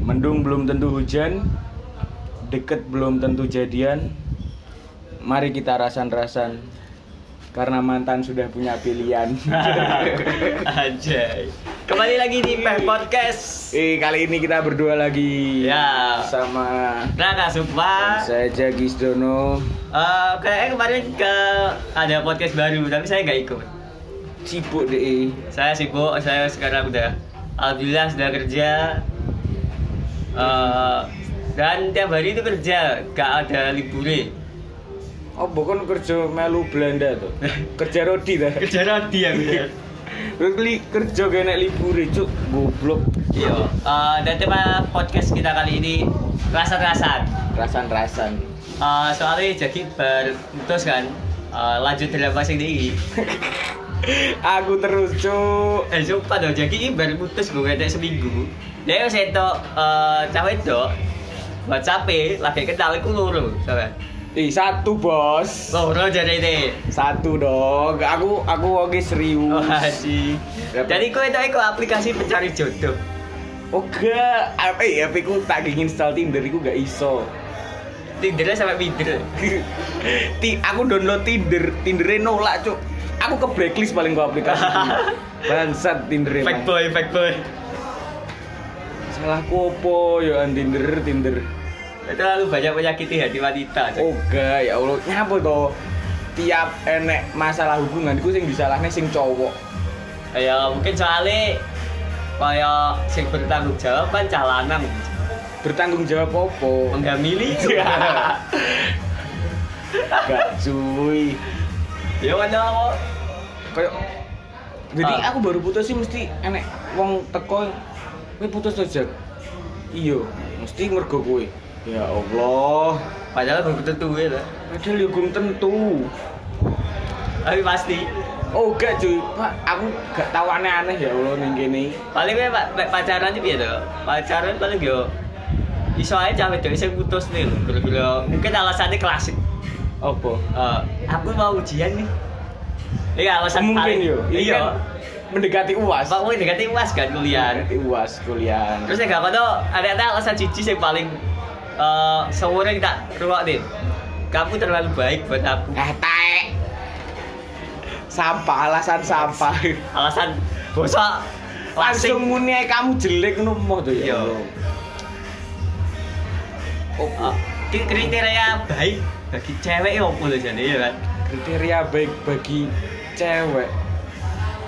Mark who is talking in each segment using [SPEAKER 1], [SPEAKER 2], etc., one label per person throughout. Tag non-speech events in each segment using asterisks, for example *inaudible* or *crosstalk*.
[SPEAKER 1] Mendung belum tentu hujan, deket belum tentu jadian. Mari kita rasan-rasan karena mantan sudah punya pilihan.
[SPEAKER 2] *laughs* Anjay. Kembali lagi di Peh Podcast.
[SPEAKER 1] eh, kali ini kita berdua lagi
[SPEAKER 2] Ya.
[SPEAKER 1] sama
[SPEAKER 2] Raka Supa.
[SPEAKER 1] saya Jagis Dono.
[SPEAKER 2] Nah, Eh kayaknya kemarin ke ada podcast baru tapi saya nggak ikut.
[SPEAKER 1] Sibuk deh.
[SPEAKER 2] Saya sibuk, saya sekarang udah alhamdulillah sudah kerja. Eh dan tiap hari itu kerja, gak ada liburin.
[SPEAKER 1] Oh, bukan kerja melu Belanda tuh. Kerja rodi dah.
[SPEAKER 2] Kerja rodi ya.
[SPEAKER 1] Terus li- kerja kena libur cuk goblok
[SPEAKER 2] Iya. Eh, dan tema podcast kita kali ini rasa-rasan.
[SPEAKER 1] rasan-rasan.
[SPEAKER 2] Eh, soalnya jadi bermutus kan eh, lanjut drama sing ini
[SPEAKER 1] Aku terus cuk.
[SPEAKER 2] eh sumpah dong jadi ini bermutus gue ngetek seminggu dia yang saya tok eh, cawe tok buat cape lagi kenal aku loro soalnya
[SPEAKER 1] Ih, Eh, satu bos.
[SPEAKER 2] loro jadi ini
[SPEAKER 1] Satu dong. Aku aku oke serius.
[SPEAKER 2] oh haji jadi gue itu aku aplikasi pencari jodoh
[SPEAKER 1] Oke, Oh, apa ya? Tapi ku tak ingin install Tinder, ku gak
[SPEAKER 2] *laughs*
[SPEAKER 1] iso.
[SPEAKER 2] tindernya sampai minder
[SPEAKER 1] Ti, aku download Tinder, Tindernya nolak cuk. Aku ke blacklist paling ku
[SPEAKER 2] *laughs*
[SPEAKER 1] aplikasi. ini. Bangsat Tindernya. man.
[SPEAKER 2] fake boy fake boy
[SPEAKER 1] Salahku opo ya an Tinder, Tinder.
[SPEAKER 2] terlalu banyak menyakiti hati wanita Cuk.
[SPEAKER 1] Oke, ya Allah, nyapa to? Tiap enek masalah hubungan iku sing disalahne sing cowok.
[SPEAKER 2] ya mungkin soalnya kayak sing bertanggung jawab kan cah lanang
[SPEAKER 1] Bertanggung jawab
[SPEAKER 2] *laughs*
[SPEAKER 1] opo?
[SPEAKER 2] menggamili
[SPEAKER 1] *laughs* Gak cuy.
[SPEAKER 2] ya mana
[SPEAKER 1] kayak jadi
[SPEAKER 2] Ah.
[SPEAKER 1] aku baru putus sih mesti enek wong teko kowe putus to Jack iya mesti mergo kowe ya Allah
[SPEAKER 2] padahal belum tentu ya lah
[SPEAKER 1] padahal ya belum tentu
[SPEAKER 2] tapi pasti
[SPEAKER 1] oh gak cuy pak aku gak tahu aneh-aneh ya Allah ning kene
[SPEAKER 2] paling gue pa- pa- pacaran itu ya tuh pacaran paling yo iso aja cawe doi saya putus nih lho. Gara-gara- mungkin alasannya klasik
[SPEAKER 1] apa
[SPEAKER 2] Eh, aku mau ujian nih iya alasan
[SPEAKER 1] Oh, mungkin
[SPEAKER 2] paling-
[SPEAKER 1] yo
[SPEAKER 2] iya
[SPEAKER 1] iya mendekati UAS
[SPEAKER 2] apa gue dekati mas kan kuliah
[SPEAKER 1] mendekati UAS kuliah
[SPEAKER 2] terus eh, saya gak tahu ada ada alasan cici yang paling eh semuanya kita ruak nih kamu terlalu baik buat aku
[SPEAKER 1] eh taek sampah alasan sampah
[SPEAKER 2] *laughs* alasan bosok klasik
[SPEAKER 1] langsung muni ae kamu jelek ngono moh to ya
[SPEAKER 2] Iya.
[SPEAKER 1] Allah Ah, Opo?
[SPEAKER 2] Oh, ki- kriteria baik bagi cewek ya apa aja nih ya kan
[SPEAKER 1] kriteria baik bagi cewek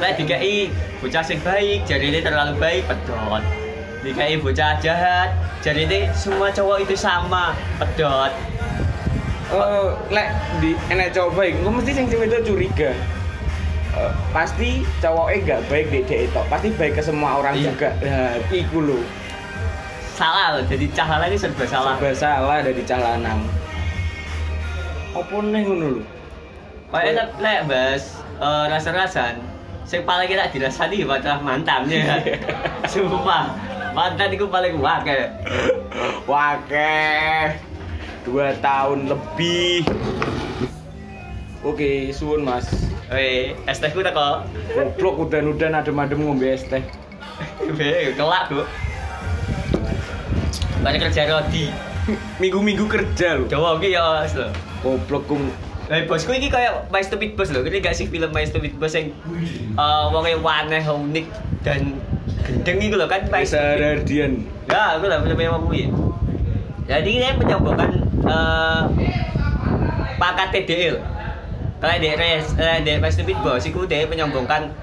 [SPEAKER 2] Lek dikai bocah sing baik, jadi ini terlalu baik, pedot Dikai bocah jahat, jadi ini semua cowok itu sama, pedot
[SPEAKER 1] Eh, lek di enak cowok baik gue mesti sing cewek itu curiga Eh, pasti cowoknya nggak baik di dia itu pasti baik ke semua orang
[SPEAKER 2] Iya.
[SPEAKER 1] juga nah, iku lo
[SPEAKER 2] Salah loh, jadi cah lagi serba salah
[SPEAKER 1] serba salah dari calanang apa nih ngono lo
[SPEAKER 2] Pokoknya lek- lek bahas eh, rasa-rasan Yang paling kita dirasani pada mantannya kan Sumpah, mantan itu paling wakil
[SPEAKER 1] wakeh dua tahun lebih oke suwun mas
[SPEAKER 2] Weh, es tehku tak kok
[SPEAKER 1] goblok udan-udan adem-adem ngombe es teh
[SPEAKER 2] Weh, kelak kok Banyak kerja rodi
[SPEAKER 1] minggu-minggu kerja lo
[SPEAKER 2] Jawa iki ya wis lho.
[SPEAKER 1] goblok kum
[SPEAKER 2] Eh bosku iki kayak My Stupid Boss lho. Ini gak sih film My Stupid Boss yang eh wonge warna unik dan gendeng iku lho kan My
[SPEAKER 1] Reza
[SPEAKER 2] Stupid.
[SPEAKER 1] Radian
[SPEAKER 2] Ya, aku lah punya punya mampu ya. Jadi ini mencobakan eh pakat TDL. Kalau di Res, eh, di My Stupid Boss iku dia menyombongkan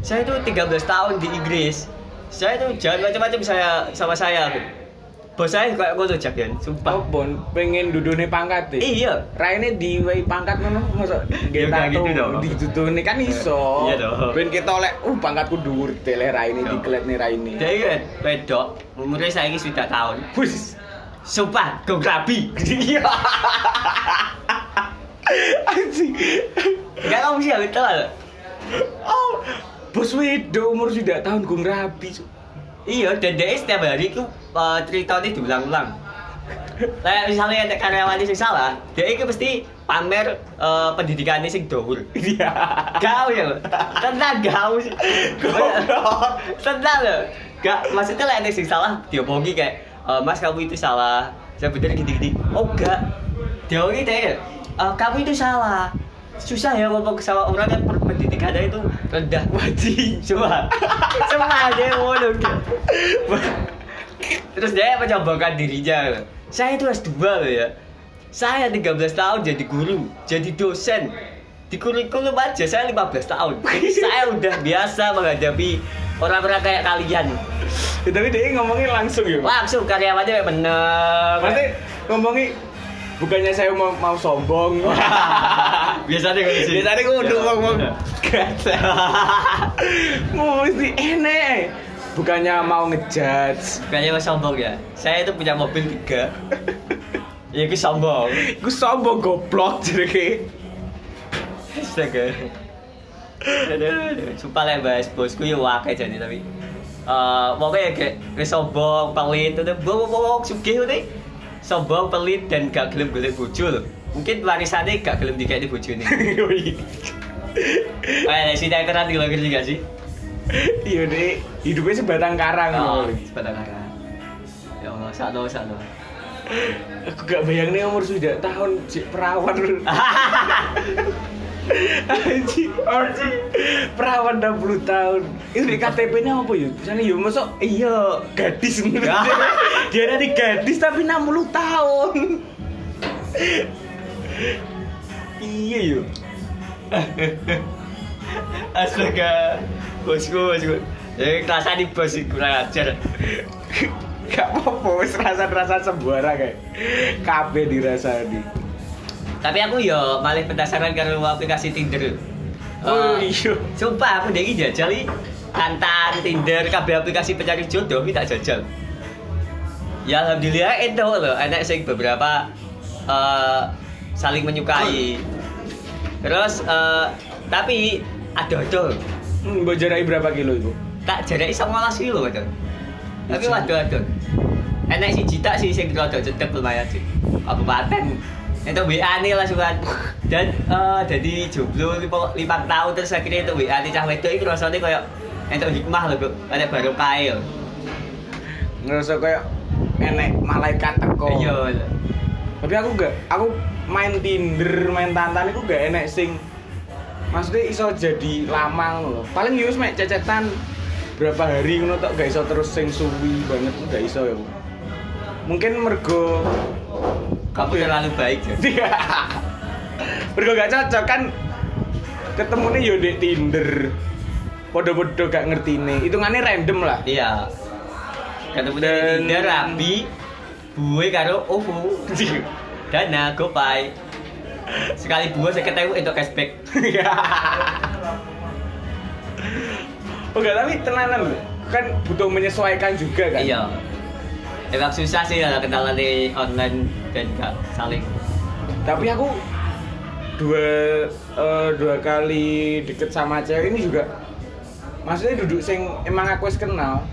[SPEAKER 2] saya itu 13 tahun di Inggris. Saya itu jangan macam-macam saya sama saya. Bos saya kayak gue tuh Jack, ya. sumpah.
[SPEAKER 1] Apa pengen dudune pangkat e?
[SPEAKER 2] Iya,
[SPEAKER 1] Raine diwai pangkat ngono masa nggih
[SPEAKER 2] Ya, nggak
[SPEAKER 1] tato
[SPEAKER 2] gitu dong. Eh,
[SPEAKER 1] didudune kan iso.
[SPEAKER 2] Iya dong.
[SPEAKER 1] Ben kita oleh uh pangkatku dhuwur tele raine
[SPEAKER 2] Iya.
[SPEAKER 1] dikletne raine.
[SPEAKER 2] Jadi kan wedok, umurnya saya ini sudah tahun.
[SPEAKER 1] Bus.
[SPEAKER 2] Sumpah, go *laughs* grabi.
[SPEAKER 1] Iya. *laughs* Anjing.
[SPEAKER 2] Gak kamu sih habis tahu loh.
[SPEAKER 1] Oh, bos wedo umur sudah tahun gue ngerabi Cuk.
[SPEAKER 2] Iya, dan dia setiap hari itu eh, ceritanya diulang-ulang. Kayak misalnya ada karyawan yang salah, dia itu pasti pamer eh, pendidikannya sing dhuwur.
[SPEAKER 1] Iya.
[SPEAKER 2] Gau ya, Pak. tenang gau sih.
[SPEAKER 1] Goblok.
[SPEAKER 2] tenang loh. Gak, maksudnya lah ada yang salah diomongi kayak "Eh, mas kamu itu salah saya bener gini-gini oh enggak dia ini deh "Eh, kamu itu salah susah ya ngomong sama orang yang per- pendidikannya itu rendah wajib coba coba aja yang ngono terus dia mencombongkan dirinya loh. saya itu S2 loh ya saya 13 tahun jadi guru jadi dosen di kurikulum aja saya 15 tahun *laughs* jadi saya udah biasa menghadapi orang-orang kayak kalian
[SPEAKER 1] Ya, tapi dia ngomongin langsung ya Pak.
[SPEAKER 2] langsung karyawannya kayak bener
[SPEAKER 1] Maksudnya ngomongin bukannya saya mau, mau sombong
[SPEAKER 2] biasanya gitu, kalau di
[SPEAKER 1] *laughs*
[SPEAKER 2] sini.
[SPEAKER 1] biasanya aku udah ngomong *laughs*
[SPEAKER 2] *laughs*
[SPEAKER 1] mau mesti enek bukannya mau ngejudge
[SPEAKER 2] Bukannya lo sombong ya? Saya itu punya mobil tiga. ya gue sombong.
[SPEAKER 1] gue sombong goblok *laughs* jadi
[SPEAKER 2] Astaga. Aduh, aduh. Sumpah lah bahas bosku ya wakai jadi tapi. Eh, pokoknya kayak gue sombong, pelit, udah bawa bawa sugih udah. Sombong, pelit dan gak gelem golek bojo loh. Mungkin warisannya gak gelem dikasih bojo *laughs* nih.
[SPEAKER 1] Iya,
[SPEAKER 2] Kayak si Titan nanti lo ngerti gak sih?
[SPEAKER 1] iya deh hidupnya sebatang karang
[SPEAKER 2] Oh,
[SPEAKER 1] loh.
[SPEAKER 2] sebentar kakak. Ya Allah, satu satu.
[SPEAKER 1] aku gak bayang nih umur sudah tahun si perawan Anjing, anjing. perawan 60 tahun itu di KTP nya apa ya? misalnya ya masuk iya gadis gitu. dia nanti gadis tapi 60 tahun iya yuk
[SPEAKER 2] Astaga, bosku, bosku. Jadi kerasa di bos itu kurang ajar.
[SPEAKER 1] gak apa-apa wis rasa-rasa sembarang kayak kabeh dirasani
[SPEAKER 2] Tapi aku yo malah penasaran karo aplikasi Tinder.
[SPEAKER 1] oh
[SPEAKER 2] Eh,
[SPEAKER 1] iya
[SPEAKER 2] Sumpah aku dari jajali Tantan, Tinder, kabeh aplikasi pencari jodoh kita jajal. Ya alhamdulillah itu loh, enak sih beberapa eh, saling menyukai. Terus eh, tapi ada ada
[SPEAKER 1] hmm, mbok jarai berapa kilo itu?
[SPEAKER 2] tak jarak sama las kilo gitu. Tapi waduh waduh. Enak sih cita sih sing rada cedek lumayan sih. Kabupaten. Itu WA nih langsung kan. Dan eh jadi jomblo lima, lima tahun terus akhirnya itu WA nih cah wedok iki rasane koyo entuk hikmah lho, Bro. Ada baru kail.
[SPEAKER 1] ngerasa kayak enek malaikat teko
[SPEAKER 2] Iya.
[SPEAKER 1] tapi aku gak aku main tinder main tantan itu gak enek sing maksudnya iso jadi lamang loh paling yus mek cecetan berapa hari ngono tok gak iso terus sing suwi banget gak iso ya Bu. mungkin mergo *laughs* Iya.
[SPEAKER 2] Kamu terlalu baik ya.
[SPEAKER 1] mergo gak cocok kan ketemunya yo di tinder podo-podo gak ngerti nih hitungannya random lah
[SPEAKER 2] Iya. Ketemu dari
[SPEAKER 1] Dan-
[SPEAKER 2] Tinder Rabi, Bue karo *laughs* Ovo. Dana, Gopay. Sekali buah saya ketemu itu cashback. *laughs*
[SPEAKER 1] oh gak tapi tenanan loh kan butuh menyesuaikan juga kan
[SPEAKER 2] Iya. Emang susah sih kalau kenalan di online dan gak saling.
[SPEAKER 1] tapi aku dua eh, dua kali deket sama cewek ini juga maksudnya duduk sing emang aku wis kenal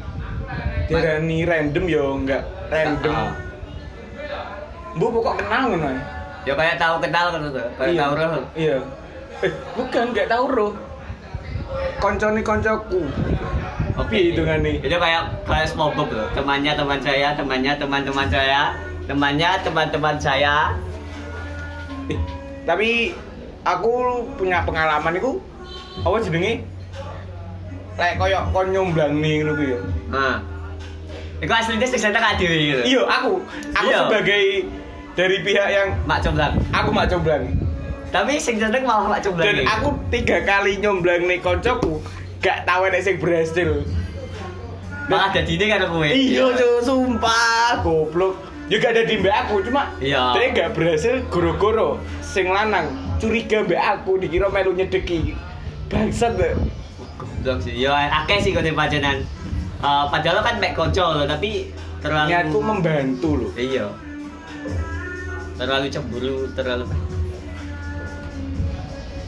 [SPEAKER 1] dirani random yo nggak random
[SPEAKER 2] Nah. Ah.
[SPEAKER 1] bu pokok kenal ngono ya.
[SPEAKER 2] Ya kayak tahu kenal kan tuh, kayak
[SPEAKER 1] Iya.
[SPEAKER 2] tahu roh.
[SPEAKER 1] iya eh bukan nggak tahu roh koncone koncoku Piye hitungane?
[SPEAKER 2] Itu kayak kayak small group loh. Temannya teman saya, temannya teman-teman saya, temannya teman-teman saya.
[SPEAKER 1] Eh, tapi aku punya pengalaman itu apa jenenge lek koyo kon nyomblangi ngono kuwi ya
[SPEAKER 2] Nah. Iku aslinya sih saya tak dewe gitu.
[SPEAKER 1] iya aku aku
[SPEAKER 2] Iya.
[SPEAKER 1] sebagai dari pihak yang
[SPEAKER 2] Mak comblang.
[SPEAKER 1] aku mak comblang
[SPEAKER 2] Tapi sing jeneng malah mak comblang.
[SPEAKER 1] dan
[SPEAKER 2] iki.
[SPEAKER 1] aku tiga kali nyomblang nih koncoku gak tau enek sing berhasil
[SPEAKER 2] malah jadi ini kan kowe.
[SPEAKER 1] iya cuy sumpah goblok juga ada di mbak aku cuma
[SPEAKER 2] Iya.
[SPEAKER 1] dia gak berhasil goro-goro sing lanang curiga mbak aku dikira melu nyedeki bangsat Mbak.
[SPEAKER 2] Goblok sih. Ya akeh sih kote pajenan. Eh, padahal kan mek konco loh, tapi terlalu
[SPEAKER 1] niatku membantu loh
[SPEAKER 2] Iya. Terlalu cemburu, terlalu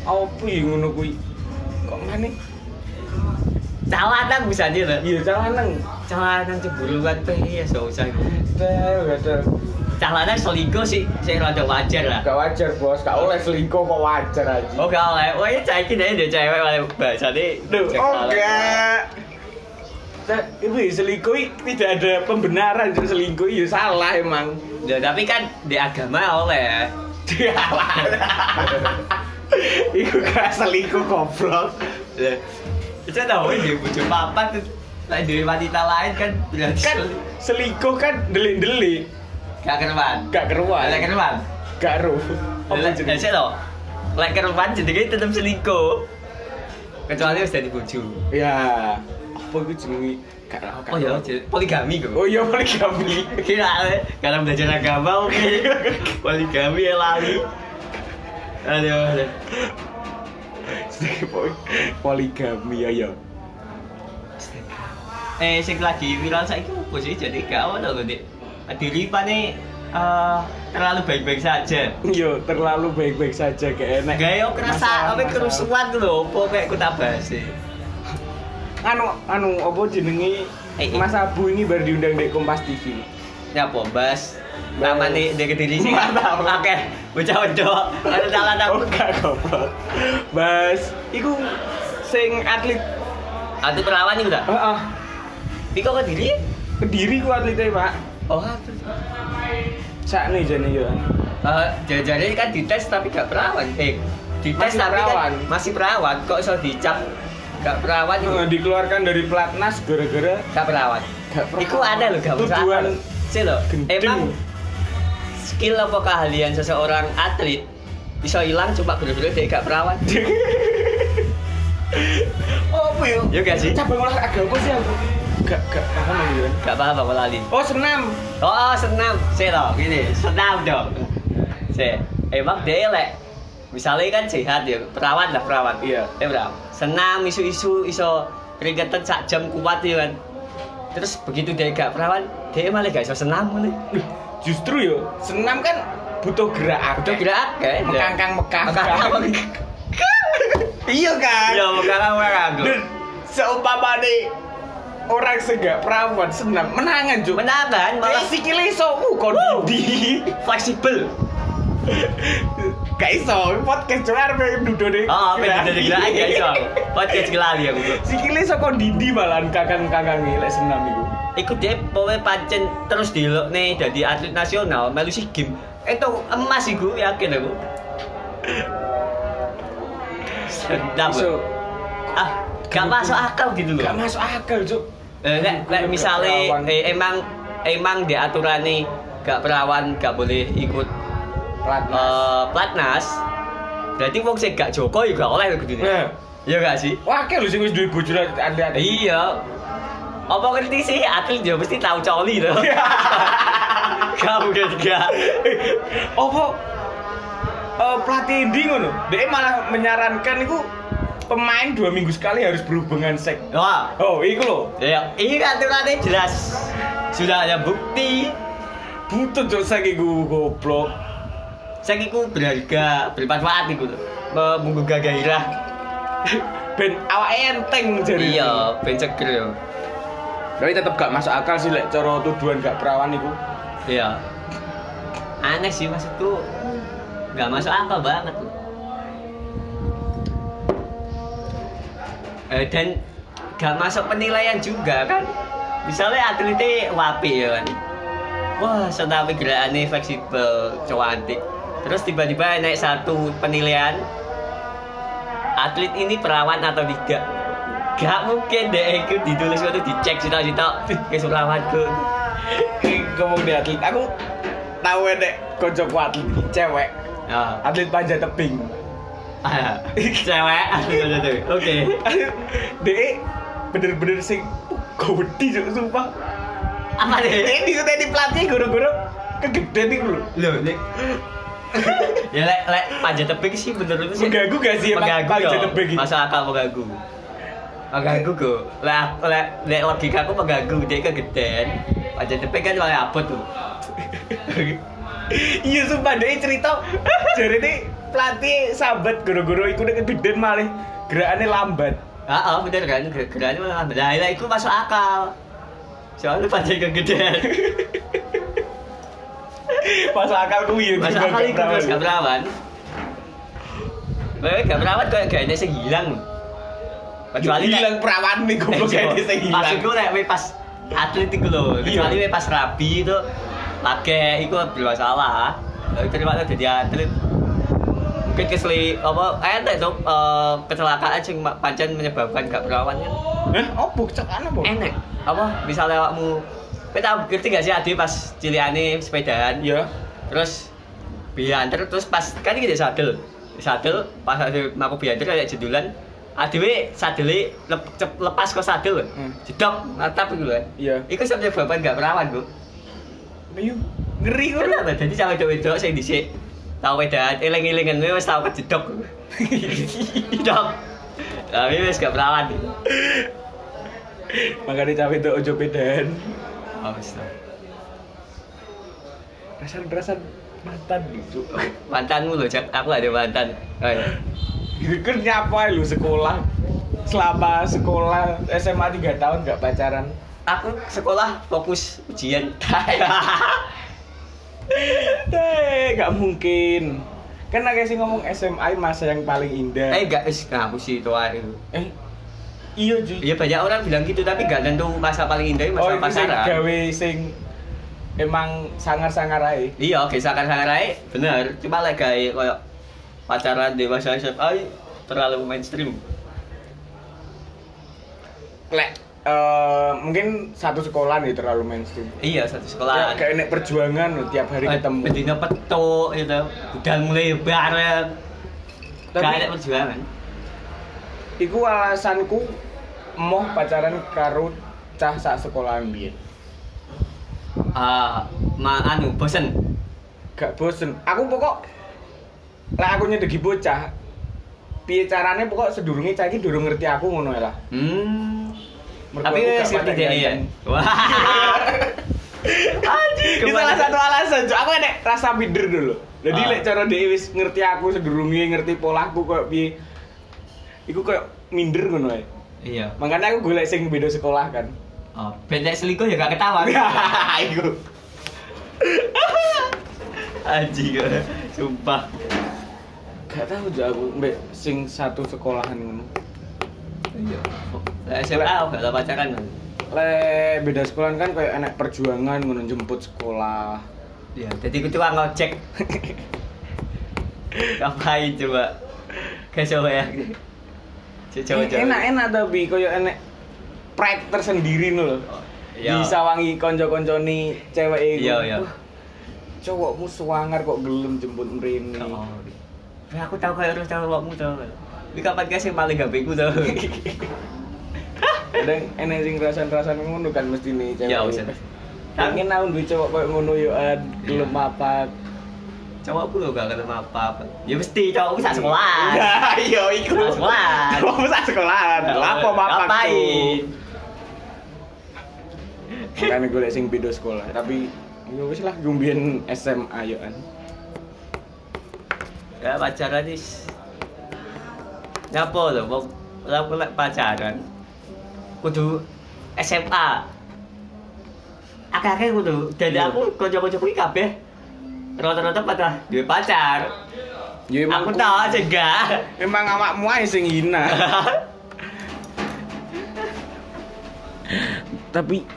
[SPEAKER 1] apa yang ngono kuwi kok mana
[SPEAKER 2] salah nang bisa aja lah.
[SPEAKER 1] iya calanang
[SPEAKER 2] Salah nang cemburu kan tuh iya so usah.
[SPEAKER 1] Dah, gak ada
[SPEAKER 2] Salah nang selingkuh sih, saya rada wajar lah.
[SPEAKER 1] gak wajar bos gak oleh selingkuh kok wajar aja
[SPEAKER 2] Oh gak oleh, wah ya cai kita ada cewek oleh bahasa nih.
[SPEAKER 1] Duh, oh enggak Sa- Itu ya, selingkuh i- tidak ada pembenaran jadi selingkuh ya salah emang. *laughs*
[SPEAKER 2] Ya, tapi kan di agama oleh.
[SPEAKER 1] Iku gak selingkuh goblok.
[SPEAKER 2] Ya. Itu tahu dia bujuk papat Lah dari wanita lain kan bilang
[SPEAKER 1] Kan selingkuh kan delik-delik,
[SPEAKER 2] gak keruan.
[SPEAKER 1] gak keruan.
[SPEAKER 2] Gak keruan.
[SPEAKER 1] Gak ru. Apa
[SPEAKER 2] Lek
[SPEAKER 1] jeneng?
[SPEAKER 2] sik lho. Lek keruan jenenge tetep selingkuh. Kecuali wis dadi bojo.
[SPEAKER 1] Ya, apa iku jenenge? Gak ro.
[SPEAKER 2] Oh ya, jen- poligami kok.
[SPEAKER 1] Oh iya poligami. *laughs*
[SPEAKER 2] Kira kalau belajar agama oke. Poligami ya lali. Aduh, aduh.
[SPEAKER 1] Jenenge poli- Poligami ya ya.
[SPEAKER 2] Eh, sing lagi viral saiki opo sih jadi gak ono lho, Dik. Diripane eh terlalu baik-baik saja.
[SPEAKER 1] Yo terlalu baik-baik saja kayak enak.
[SPEAKER 2] Gaya kerasa, apa
[SPEAKER 1] Masalah-masalah.
[SPEAKER 2] kerusuhan lho, opo kayak kita bahas sih.
[SPEAKER 1] anu anu apa jenenge
[SPEAKER 2] Eh, eh.
[SPEAKER 1] Mas Abu ini baru diundang di Kompas TV.
[SPEAKER 2] Nyapa, Bas?
[SPEAKER 1] Bas.
[SPEAKER 2] Ya Nama nih dari diri sih.
[SPEAKER 1] Nggak tahu.
[SPEAKER 2] Oke, bocah wedok. Ada salah
[SPEAKER 1] Oh
[SPEAKER 2] aku.
[SPEAKER 1] gak goblok. Bas, iku sing atlet
[SPEAKER 2] Atau perawan itu dah.
[SPEAKER 1] heeh.
[SPEAKER 2] Tapi kok ke diri?
[SPEAKER 1] Kediri ku atlete, Pak.
[SPEAKER 2] Oh, aku.
[SPEAKER 1] Sakne jane yo.
[SPEAKER 2] Eh, jajannya kan dites tapi gak perawan. Eh, dites
[SPEAKER 1] Masih
[SPEAKER 2] tapi
[SPEAKER 1] perawan.
[SPEAKER 2] kan masih perawan. Kok iso dicap gak perawan itu?
[SPEAKER 1] Eh, Dikeluarkan dari pelatnas gara-gara
[SPEAKER 2] Gak perawan.
[SPEAKER 1] gak pernah.
[SPEAKER 2] Iku ada loh gak masalah.
[SPEAKER 1] Tuduhan
[SPEAKER 2] Sih loh.
[SPEAKER 1] gendeng.
[SPEAKER 2] Emang skill apa keahlian seseorang atlet bisa hilang cuma gara-gara dia gak perawan.
[SPEAKER 1] Oh, apa yo?
[SPEAKER 2] Yo gak sih?
[SPEAKER 1] Cabang olahraga apa sih aku? Gak gak paham aku yo.
[SPEAKER 2] Gak paham apa lali.
[SPEAKER 1] Oh, senam.
[SPEAKER 2] Oh, senam. Sih loh, gini, senam dong. Sih, emang dia lek. Misalnya kan sehat ya, perawan lah perawan.
[SPEAKER 1] Iya.
[SPEAKER 2] Eh perawan. Senam, isu-isu, iso keringetan sak jam kuat ya kan. Terus begitu dia gak perawan, dia malah gak iso senam mulai.
[SPEAKER 1] Duh, Justru yo, senam kan butuh gerak.
[SPEAKER 2] Udah gerak kayak.
[SPEAKER 1] Mekangkang mekang. Iya kan?
[SPEAKER 2] Iya, mekang mekang.
[SPEAKER 1] Dan seumpama nih orang segak perawan senam menangan juga. Malah
[SPEAKER 2] Menangan malah
[SPEAKER 1] sikile iso uh kon
[SPEAKER 2] Wuh.
[SPEAKER 1] di.
[SPEAKER 2] fleksibel.
[SPEAKER 1] Gak iso podcast cuma arep duduk
[SPEAKER 2] Oh, apa yang jadi gerak gak iso. Podcast kelali aku. Bro.
[SPEAKER 1] Sikile iso kon dindi malahan kakang-kakang iki lek senam iku.
[SPEAKER 2] Iku dia pokoknya pancen terus dilok nih jadi atlet nasional melu si game itu emas iku yakin aku sedap
[SPEAKER 1] Iso.
[SPEAKER 2] loh. ah gak masuk akal gitu
[SPEAKER 1] Gak
[SPEAKER 2] loh
[SPEAKER 1] masuk akal, Cuk.
[SPEAKER 2] Eh, nek nek misale
[SPEAKER 1] Perawan.
[SPEAKER 2] eh, emang emang di aturannya gak perawan gak boleh ikut
[SPEAKER 1] Pelatnas.
[SPEAKER 2] eh, platnas berarti wong sing gak Joko juga oleh gitu
[SPEAKER 1] Nah,
[SPEAKER 2] iya gak sih
[SPEAKER 1] wah akeh lho sing wis duwe bojo ada ada.
[SPEAKER 2] Iya. Apa ngerti sih atlet ya mesti tahu coli loh.
[SPEAKER 1] Iya.
[SPEAKER 2] *laughs* Kamu kan enggak.
[SPEAKER 1] *laughs* Opo eh pelatih Indi ngono, dia malah menyarankan itu pemain dua minggu sekali harus berhubungan seks.
[SPEAKER 2] Wah.
[SPEAKER 1] Oh, iku loh,
[SPEAKER 2] Ya, ini aturannya jelas. Sudah ada bukti.
[SPEAKER 1] butuh cok saking iku goblok. *laughs*
[SPEAKER 2] Saya iku berharga, bermanfaat iku loh. Menggugah gairah.
[SPEAKER 1] Ben awak enteng jadi.
[SPEAKER 2] Iya, ben seger ya.
[SPEAKER 1] Tapi tetep gak masuk akal sih lek cara tuduhan gak perawan iku. *laughs*
[SPEAKER 2] Iya. Aneh sih maksudku. Gak masuk akal banget. loh. Eh, dan gak masuk penilaian juga kan. Misalnya atletnya wapi ya kan. Wah, senapi gerakannya fleksibel, cuantik. Terus tiba-tiba naik satu penilaian atlet ini perawan atau tidak. Gak mungkin deh, itu ditulis waktu dicek cita-cita kesurawanku.
[SPEAKER 1] Ini Ngomong di atlet, aku e, tahu enek kocok atlet iki, cewek,
[SPEAKER 2] Nah,
[SPEAKER 1] atlet panjat tebing. *laughs*
[SPEAKER 2] Ah, cewek asli aja tuh. Oke.
[SPEAKER 1] Dek bener-bener sing gawedi cok sumpah.
[SPEAKER 2] Apa
[SPEAKER 1] Dek
[SPEAKER 2] deh?
[SPEAKER 1] disutai di pelatih guru-guru kegedean iku lho.
[SPEAKER 2] Loh, Nek. ya lek lek panjat tebing sih menurutku sih
[SPEAKER 1] Mengganggu gak sih emang
[SPEAKER 2] mengganggu
[SPEAKER 1] panjat
[SPEAKER 2] yo.
[SPEAKER 1] tebing?
[SPEAKER 2] Masa akal mengganggu. Mengganggu kok. Lek lek lek logika aku mengganggu dia kegedean. Panjat tebing kan malah abot tuh.
[SPEAKER 1] Iya sumpah deh cerita Jadi ini pelatih sahabat goro-goro iku udah kegedean malah Gerakannya lambat
[SPEAKER 2] Ah, ah, bener kan? Gerani malah abot. Nah, lek iku masuk akal. Soalnya panjat kegedean.
[SPEAKER 1] *laughs* Masuk akal kuwi ya
[SPEAKER 2] Masa
[SPEAKER 1] juga
[SPEAKER 2] kali
[SPEAKER 1] gak pernah.
[SPEAKER 2] terus gak perawan? Mereka gak perawan kayak Eh, gak ada yang hilang Kecuali nek-
[SPEAKER 1] hilang perawan nih goblok
[SPEAKER 2] Iya.
[SPEAKER 1] kayak sing hilang.
[SPEAKER 2] Maksudku nek we pas atletik
[SPEAKER 1] Iya.
[SPEAKER 2] lho, kecuali we pas rabi itu lagi iku bermasalah. Tapi ternyata jadi atlet mungkin keseli apa eh enak tuh eh, kecelakaan sing ma- pancen menyebabkan gak perawan kan
[SPEAKER 1] Hah, opo cek ana opo?
[SPEAKER 2] enak apa misalnya awakmu kita tahu ngerti gak sih adi pas cilikane sepedaan
[SPEAKER 1] Iya.
[SPEAKER 2] terus biantar terus pas kan ini di sadel Di sadel pas aku aku biantar kayak jedulan adewe sadele lep, cep- lepas ke sadel
[SPEAKER 1] Hmm.
[SPEAKER 2] jedok natap gitu kan
[SPEAKER 1] Iya.
[SPEAKER 2] itu sampai bapak nggak perawan bu
[SPEAKER 1] Ayo ngeri ngono.
[SPEAKER 2] kenapa jadi sama wedok-wedok saya dhisik tau wedaan eling-elingan gue wes tau kejedok *laughs* jedok tapi wes gak perawan
[SPEAKER 1] Makane cawe itu ojo pedan.
[SPEAKER 2] oh wes tau.
[SPEAKER 1] Rasan-rasan mantan lucu.
[SPEAKER 2] mantanmu loh cak aku ada mantan oh, iya.
[SPEAKER 1] Gue nyapa lu sekolah. Selama sekolah SMA 3 tahun gak pacaran.
[SPEAKER 2] aku sekolah fokus ujian *laughs*
[SPEAKER 1] Deh, gak Eh, mungkin. Kan agak sih ngomong SMA masa yang paling indah.
[SPEAKER 2] Eh enggak, wis ngaku sih itu ae.
[SPEAKER 1] Eh, iya cuy.
[SPEAKER 2] Iya banyak orang bilang gitu tapi enggak tentu masa paling indah itu
[SPEAKER 1] oh, itu
[SPEAKER 2] masa
[SPEAKER 1] sing
[SPEAKER 2] pasaran.
[SPEAKER 1] gawe sing emang sangar-sangar ae.
[SPEAKER 2] Iya, gesakan sangarai bener. Cuma lek gawe koyo pacaran dewasa SMA terlalu mainstream.
[SPEAKER 1] Lek eh, mungkin satu sekolah nih terlalu mainstream.
[SPEAKER 2] Iya, satu
[SPEAKER 1] Ya,
[SPEAKER 2] sekolah. Eh,
[SPEAKER 1] kayak nek perjuangan loh, tiap hari ketemu.
[SPEAKER 2] Bedina petuk gitu. Udah mulai bareng.
[SPEAKER 1] Tapi-
[SPEAKER 2] Gak ada perjuangan.
[SPEAKER 1] Iku alasanku mau pacaran karo cah sak sekolahan biyen.
[SPEAKER 2] Ah, ma anu bosen.
[SPEAKER 1] Gak bosen. Aku pokok lek aku nyedegi bocah piye carane pokok sedurunge cah iki durung ngerti aku ngono ae lah.
[SPEAKER 2] Hmm.
[SPEAKER 1] Mergo aku
[SPEAKER 2] Tapi
[SPEAKER 1] gak
[SPEAKER 2] wis ngerti
[SPEAKER 1] patek
[SPEAKER 2] deh ya.
[SPEAKER 1] ganteng. *laughs*
[SPEAKER 2] Wah. Anjing,
[SPEAKER 1] Itu salah
[SPEAKER 2] kemana-
[SPEAKER 1] satu alasan, Cuk. Aku enek rasa minder dulu. Jadi
[SPEAKER 2] Ah.
[SPEAKER 1] lek cara dhewe wis ngerti aku sedurunge, ngerti polaku koyo piye. Iku koyo minder ngono ae.
[SPEAKER 2] Iya.
[SPEAKER 1] Makanya aku golek sing beda sekolah kan.
[SPEAKER 2] Oh, betek selingkuh ya gak *laughs* ketawa.
[SPEAKER 1] Iku.
[SPEAKER 2] *laughs* Anjing, ya. sumpah.
[SPEAKER 1] Gak tahu Cuk, aku mbek sing satu sekolahan ngono.
[SPEAKER 2] Iya. SMA aku gak tau pacaran. kan?
[SPEAKER 1] Lek beda sekolahan kan koyo enek perjuangan ngono jemput sekolah.
[SPEAKER 2] Iya, jadi aku cuma ngojek. *laughs* Ngapain coba? Gak coba ya. Coba
[SPEAKER 1] Eh, Enak-enak tapi koyo enek pride tersendiri ngono lho.
[SPEAKER 2] Iya.
[SPEAKER 1] disawangi konco-konconi cewek itu
[SPEAKER 2] Iya, iya.
[SPEAKER 1] Wah, cowokmu suangar kok gelem jemput mrene
[SPEAKER 2] Oh. Ya, aku tahu kayak harus tahu wakmu tau. Ini kapan guys yang paling gak bego tau?
[SPEAKER 1] kadang enek sing rasan-rasan ngono kan mesti nih cewek
[SPEAKER 2] Ya,
[SPEAKER 1] itu.
[SPEAKER 2] usah.
[SPEAKER 1] pengen aku duwe cowok kayak ngono yo an
[SPEAKER 2] Iya.
[SPEAKER 1] gelem apa
[SPEAKER 2] Cowokku lo gak ketemu apa-apa. Ya mesti cowokku sak sekolah.
[SPEAKER 1] Ya, iya iku *laughs*
[SPEAKER 2] Sak sekolahan.
[SPEAKER 1] Kamu sak sekolahan
[SPEAKER 2] Iya,
[SPEAKER 1] lapo papa
[SPEAKER 2] Ngapain?
[SPEAKER 1] kan gue sing beda sekolah tapi ya wis lah gumbien SMA yo an
[SPEAKER 2] ya pacaran ini nyapa lho wong ora lek pacaran kudu SMA akeh-akeh kudu dan
[SPEAKER 1] Iya.
[SPEAKER 2] aku kanca-kanca kuwi kabeh rata-rata pada duwe pacar
[SPEAKER 1] yo
[SPEAKER 2] aku tau aja enggak
[SPEAKER 1] memang awakmu ae sing hina tapi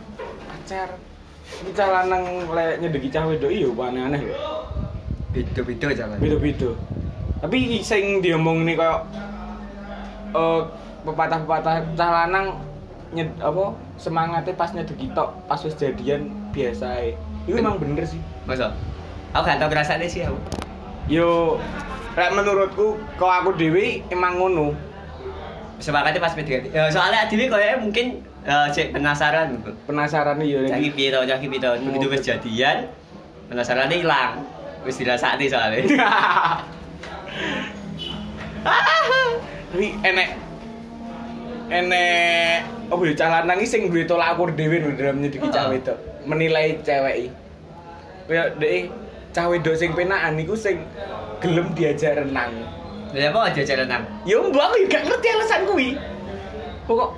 [SPEAKER 1] pacar bicara nang lek nyedeki cah wedok iya apa aneh-aneh lho
[SPEAKER 2] beda-beda jangan
[SPEAKER 1] beda-beda tapi sing diomong ini kayak eh pepatah-pepatah cah lanang nyed, apa semangatnya pas nyedeki tok pas wis jadian biasa ae itu
[SPEAKER 2] Ben-
[SPEAKER 1] emang bener sih
[SPEAKER 2] masa aku gak tau kerasane sih aku
[SPEAKER 1] yo lek menurutku kalau aku dewi emang ngono
[SPEAKER 2] semangatnya pas PDKT Ya, soalnya Adiwi kayaknya mungkin eh, cek penasaran gitu.
[SPEAKER 1] penasaran iya nih yo
[SPEAKER 2] Caki piye to, caki piye to.
[SPEAKER 1] Oh,
[SPEAKER 2] Begitu wis jadian, penasarannya hilang. Wis dirasakne soalnya.
[SPEAKER 1] tapi enek enek oh ya cah lanang iki sing duwe tolak ukur dhewe lho dalam nyedeki cah
[SPEAKER 2] Heeh.
[SPEAKER 1] wedok menilai cewek iki kaya dhek cah wedok sing penakan iku sing gelem diajak renang
[SPEAKER 2] Lha apa aja jalan nang?
[SPEAKER 1] ya mbok aku ya gak ngerti alasan kuwi pokok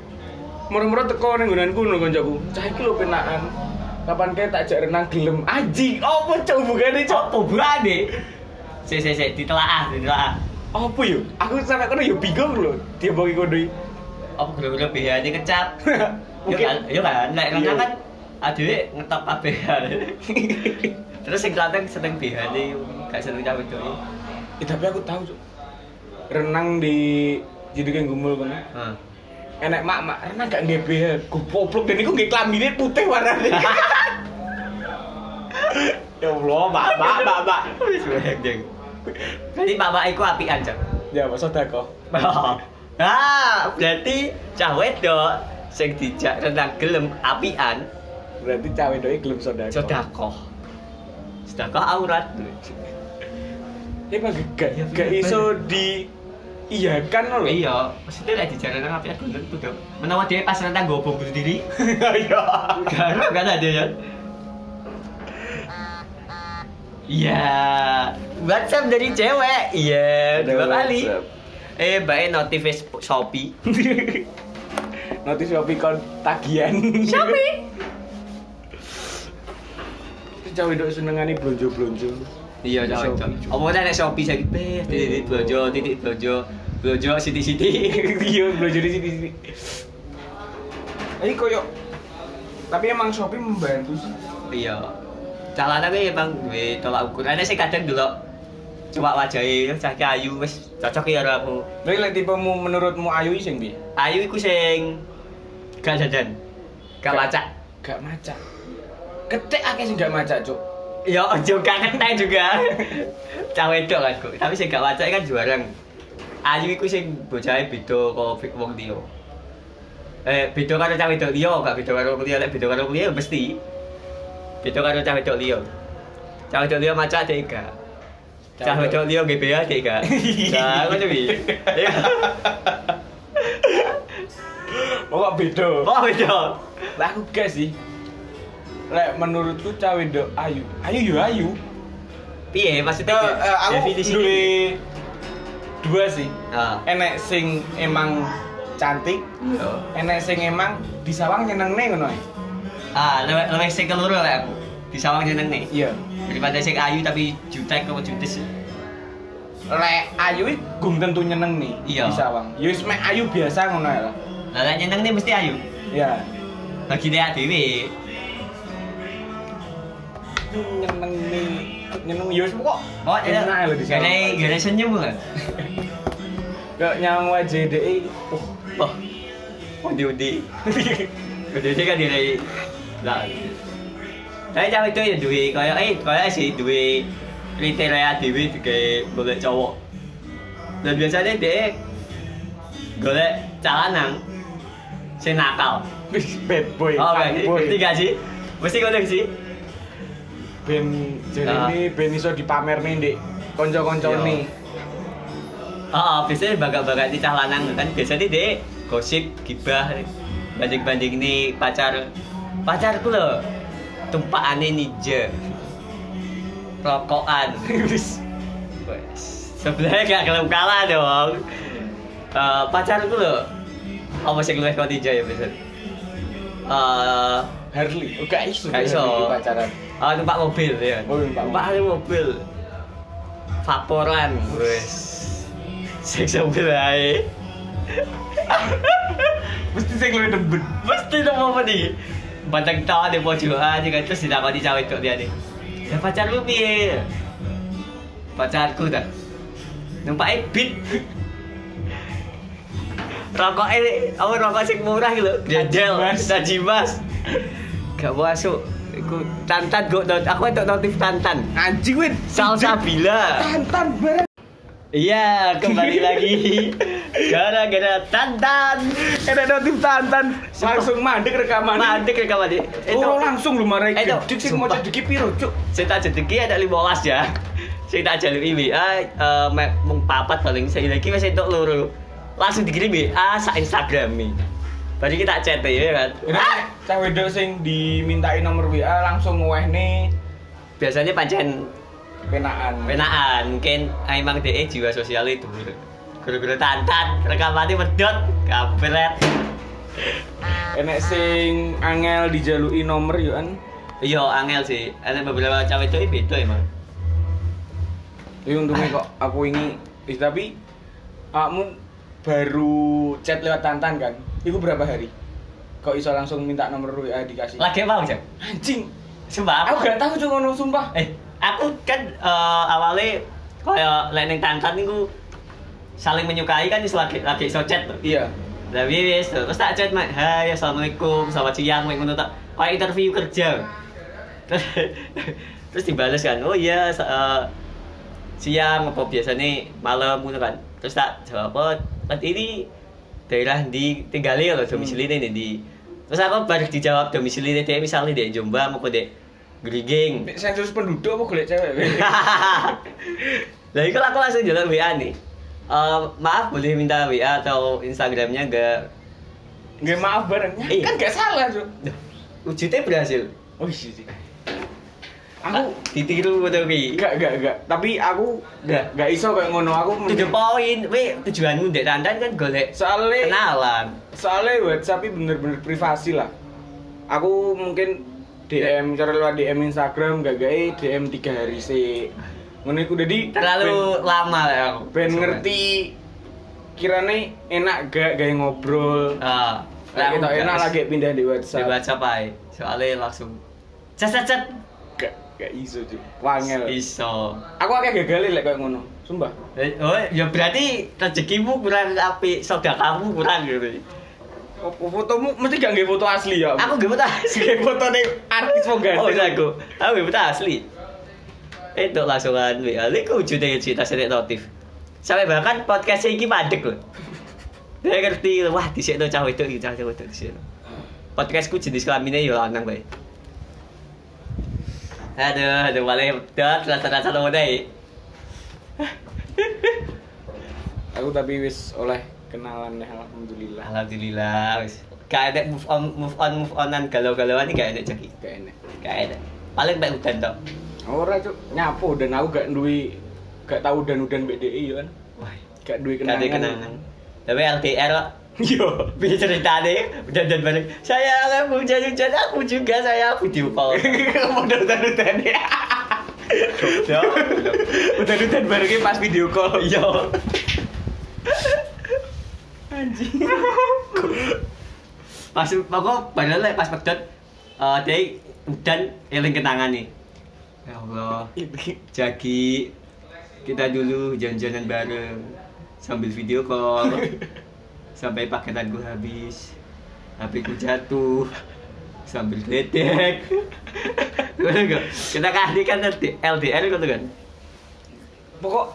[SPEAKER 1] moro-moro teko ning nggonanku ngono kancaku cah iki lho penakan kapan kayak tak ajak renang gelem anjing apa cok bukane cok
[SPEAKER 2] Apa berani? Si si si ditelaah, ditelaah.
[SPEAKER 1] *laughs* apa yo aku sampe kono yo bingung lho dia bagi kono iki
[SPEAKER 2] apa guru-guru BH ini kecap yo
[SPEAKER 1] Mungkin.
[SPEAKER 2] kan yo kan nek
[SPEAKER 1] Iya.
[SPEAKER 2] renang kan adewe ngetop ABH *laughs* terus sing Klaten seneng BH ini gak seneng e. cawe doi
[SPEAKER 1] Eh, tapi aku tahu Cuk. renang di jadi kayak gumul kan
[SPEAKER 2] Hah.
[SPEAKER 1] enak mak mak renang gak nggak beh gue poplok dan aku nggak kelambinnya putih *laughs* warnanya ya allah mak mak mak mak
[SPEAKER 2] Wis wae, Jeng. Berarti bapak iku apian, Cok.
[SPEAKER 1] ya mak sodako
[SPEAKER 2] *laughs* Ah, berarti cah wedok sing dijak renang gelem apian
[SPEAKER 1] berarti cawe doi gelem sodako
[SPEAKER 2] sedekah. Sedekah aurat.
[SPEAKER 1] ya pak gak
[SPEAKER 2] Ya,
[SPEAKER 1] gak
[SPEAKER 2] bener.
[SPEAKER 1] iso di iya kan lho
[SPEAKER 2] Iya, maksudnya lek dijak renang apian bener tuh, Dok. Menawa dhewe pas renang nggo bom bunuh diri. *laughs*
[SPEAKER 1] iya
[SPEAKER 2] Gak ada kan ada ya. Iya, WhatsApp dari cewek. Iya,
[SPEAKER 1] Ada
[SPEAKER 2] dua kali.
[SPEAKER 1] WhatsApp.
[SPEAKER 2] Eh, bae notif Shopee.
[SPEAKER 1] notis Shopee kon tagihan Terus cawe doi senengane blonjo-blonjo
[SPEAKER 2] Iya,
[SPEAKER 1] Di
[SPEAKER 2] cowok.
[SPEAKER 1] Shopee.
[SPEAKER 2] Apa nek Shopee saiki be titik blojo, titik blojo, blojo siti-siti. *laughs*
[SPEAKER 1] iya blonjo di sini sini ini koyo tapi emang Shopee membantu sih
[SPEAKER 2] Iya. Calana kuwi emang duwe tolak ukur. Ana sih kadang delok coba wajahe cah ki ayu wis cocok ya karo aku.
[SPEAKER 1] tapi lek tipemu menurutmu ayu iki sing piye
[SPEAKER 2] Ayu iku sing gak jajan. Gak macak.
[SPEAKER 1] gak macak ketek akeh sing gak macak cuk
[SPEAKER 2] Ya ojo gak ketek juga. Cah wedok kan kok. Tapi sing gak macak kan juarang. Ayu iku sing bocahe beda kok wong liya. Eh, beda karo cah wedok liya, gak beda karo kuliah, lek beda karo kuliah ya mesti. Beda karo cah wedok liya. Cah wedok liya macak dhek gak. Cah wedok liya nggih bea dhek
[SPEAKER 1] *laughs*
[SPEAKER 2] gak. Nah, ngono kuwi. Ya.
[SPEAKER 1] pokok Oh, beda
[SPEAKER 2] Apa beda?
[SPEAKER 1] lah aku gak sih lek menurutku cawe do ayu ayu yo ayu
[SPEAKER 2] Piye maksudnya?
[SPEAKER 1] Eh, eh, aku
[SPEAKER 2] Definisi.
[SPEAKER 1] duwe dua sih
[SPEAKER 2] Ah.
[SPEAKER 1] enek sing emang cantik enek sing emang di sawang nyenengne ngono ae
[SPEAKER 2] Ah, lebih lebih sing keluru lek aku. Di sawang jeneng nih.
[SPEAKER 1] iya
[SPEAKER 2] daripada sing ayu tapi jutek kok judes
[SPEAKER 1] lek ayu iki gum tentu nyeneng nih
[SPEAKER 2] Iya.
[SPEAKER 1] di sawang yo wis mek ayu biasa ngono ae lah
[SPEAKER 2] lah lek nyeneng nih mesti ayu
[SPEAKER 1] ya
[SPEAKER 2] lagi dia dhewe
[SPEAKER 1] nyeneng nih nyeneng yo wis kok
[SPEAKER 2] oh ya
[SPEAKER 1] enak ae lho di
[SPEAKER 2] gane
[SPEAKER 1] sawang
[SPEAKER 2] gane senyum kan
[SPEAKER 1] yo nyawang wajah dhek *laughs* oh
[SPEAKER 2] oh undi-undi undi-undi kan direi lah tapi cah itu ya duwe kaya eh kaya sih duwe kriteria dhewe digawe golek cowok dan biasanya dia golek calanang sing nakal
[SPEAKER 1] bad boy
[SPEAKER 2] oh
[SPEAKER 1] bad
[SPEAKER 2] berarti
[SPEAKER 1] boy
[SPEAKER 2] berarti gak sih mesti ngono sih
[SPEAKER 1] ben jadi
[SPEAKER 2] Ah.
[SPEAKER 1] ini ben iso dipamerne ndek kanca-kancane nih
[SPEAKER 2] Oh, biasanya baga-baga di cah lanang kan biasanya deh gosip gibah banding-banding ini pacar pacarku loh tumpaan ini ninja rokokan
[SPEAKER 1] *laughs*
[SPEAKER 2] Wes, sebenarnya gak kelem kalah dong Eh, pacarku loh apa sih keluar kau ninja ya biasanya Eh,
[SPEAKER 1] Harley oh, gak iso
[SPEAKER 2] Gak iso.
[SPEAKER 1] Harley iki pacaran
[SPEAKER 2] ah, numpak mobil ya
[SPEAKER 1] Oh, numpak
[SPEAKER 2] numpak mobil vaporan wes seks mobil aja
[SPEAKER 1] mesti sing luwih debet
[SPEAKER 2] Mesti dong apa nih? Batang tawa di pojokan juga terus didakoni cawe itu dia nih. Ya pacar lu piye? Pacarku dah. e Numpake beat. Rokok eh, apa rokok sing murah gitu? Jajal,
[SPEAKER 1] Tajimas.
[SPEAKER 2] tajimas. Gak masuk. Iku tantan gue, aku entuk notif tantan.
[SPEAKER 1] anjing wit
[SPEAKER 2] Salsa bila.
[SPEAKER 1] tantan bareng
[SPEAKER 2] Iya, kembali lagi. Gara-gara tantan.
[SPEAKER 1] ada notif tantan langsung mandek rekaman
[SPEAKER 2] Mandek rekaman di.
[SPEAKER 1] oh langsung lu marahin
[SPEAKER 2] Itu.
[SPEAKER 1] gedik sing mau
[SPEAKER 2] Eh, Sumpah.
[SPEAKER 1] jadi piro cuk
[SPEAKER 2] Saya tak jedeki ada lima belas ya. Saya tak jalur ini. Ah, eh, mek mung papat paling saya lagi masih itu luru. Langsung dikirim WA sa Instagram nih. Tadi kita chat ya kan. Ah,
[SPEAKER 1] Nah, cah wedok sing dimintai nomor WA langsung ngewehne
[SPEAKER 2] biasanya pancen
[SPEAKER 1] penaan.
[SPEAKER 2] penaan, mungkin emang DE jiwa sosial itu. Guru-guru tantan, rekamannya medot, kampret.
[SPEAKER 1] Enek sing angel dijaluki nomor yo an.
[SPEAKER 2] Iya, angel sih. Ada beberapa cewek itu beda emang.
[SPEAKER 1] Eh, Ya untungnya kok aku ini Ih, tapi kamu baru chat lewat tantan kan itu berapa hari kok iso langsung minta nomor WA dikasih
[SPEAKER 2] lagi mau Cak?
[SPEAKER 1] anjing
[SPEAKER 2] Sumpah
[SPEAKER 1] aku gak tahu cuma ngono sumpah
[SPEAKER 2] eh aku kan eh, awalnya kayak lek ning tantan niku saling menyukai kan wis lagi lagi iso chat tuh.
[SPEAKER 1] iya
[SPEAKER 2] Tapi wis tuh, terus tak chat mak, "Hai, assalamualaikum, selamat siang." Kayak ngono tak. Kayak interview kerja. Terus- *laughs* terus dibales kan, "Oh iya, sa- eh, siang apa biasanya malam ngono kan." Terus tak jawab, "Oh, Mas ini daerah di tinggali ya, loh domisili ini di." Terus aku baru dijawab domisili ini dia misalnya di Jombang apa di Griging.
[SPEAKER 1] Nek sensus penduduk apa golek cewek *laughs* weh?
[SPEAKER 2] *laughs* Lah iku aku langsung jalan WA nih. Eh, maaf boleh minta WA atau Instagramnya enggak
[SPEAKER 1] nggak maaf bareng
[SPEAKER 2] Iya.
[SPEAKER 1] kan gak salah cuk
[SPEAKER 2] wujudnya berhasil
[SPEAKER 1] oh iya sih aku
[SPEAKER 2] ditiru tapi
[SPEAKER 1] gak gak gak tapi aku gak
[SPEAKER 2] Gak.
[SPEAKER 1] gak iso kayak ngono aku
[SPEAKER 2] to the point we tujuanmu ndek tandan kan golek
[SPEAKER 1] soalnya
[SPEAKER 2] kenalan
[SPEAKER 1] soalnya WhatsApp ini bener-bener privasi lah aku mungkin DM cara lewat DM Instagram gak gae DM tiga hari sih ngono iku jadi
[SPEAKER 2] terlalu lama lah aku
[SPEAKER 1] ben, ben ngerti kirane enak gak gawe ngobrol
[SPEAKER 2] Heeh.
[SPEAKER 1] Lah kita enak lagi pindah di
[SPEAKER 2] di
[SPEAKER 1] WhatsApp.
[SPEAKER 2] WhatsApp ae soalnya langsung cat cat cat
[SPEAKER 1] Gak gak iso cuy. Wangel.
[SPEAKER 2] iso
[SPEAKER 1] Aku akeh gagalnya lek koyo ngono. Sumpah.
[SPEAKER 2] Eh, oh ya berarti rezekimu kurang api soda kamu kurang gitu
[SPEAKER 1] Foto- Fotomu mesti gak nggak foto asli ya.
[SPEAKER 2] aku gak betah
[SPEAKER 1] nggak foto nih artis mau
[SPEAKER 2] oh
[SPEAKER 1] ganteng.
[SPEAKER 2] iya aku aku gak betah asli itu langsungan WA ini ya. wujudnya cerita sedikit notif sampai bahkan podcastnya ini padek loh dia ngerti wah di situ cah itu cah itu di situ podcastku jenis kelaminnya ya lanang baik aduh aduh malah dat rasa-rasa tau deh
[SPEAKER 1] Aku tapi wis oleh kenalan deh alhamdulillah.
[SPEAKER 2] alhamdulillah wis gak ada move on move on move onan galau-galauan ini gak ada ceki
[SPEAKER 1] Gak enak.
[SPEAKER 2] gak ada paling baik udan tok
[SPEAKER 1] Ora cuk nyapo dan aku gak duwe gak tau dan-udan BDI E, kan.
[SPEAKER 2] wah
[SPEAKER 1] Gak duwe
[SPEAKER 2] gak
[SPEAKER 1] kenangan.
[SPEAKER 2] ada kenangan tapi LDR kok *laughs*
[SPEAKER 1] Yo.
[SPEAKER 2] Bisa cerita nih, udah dan balik. Saya nggak hujan hujan, aku juga saya video call.
[SPEAKER 1] Udah udan-udan ya.
[SPEAKER 2] Yo,
[SPEAKER 1] Udan-udan barengnya pas video call.
[SPEAKER 2] yo.
[SPEAKER 1] Anjing.
[SPEAKER 2] Pas aku padahal lah pas pedot, eh dia udan eling kenangan nih. Ya Allah, jagi kita dulu jalan-jalan bareng sambil video call sampai paketanku habis HP ku jatuh sambil dedek Gimana enggak? kita kan ini kan LD- LDR gitu kan
[SPEAKER 1] *laughs* pokok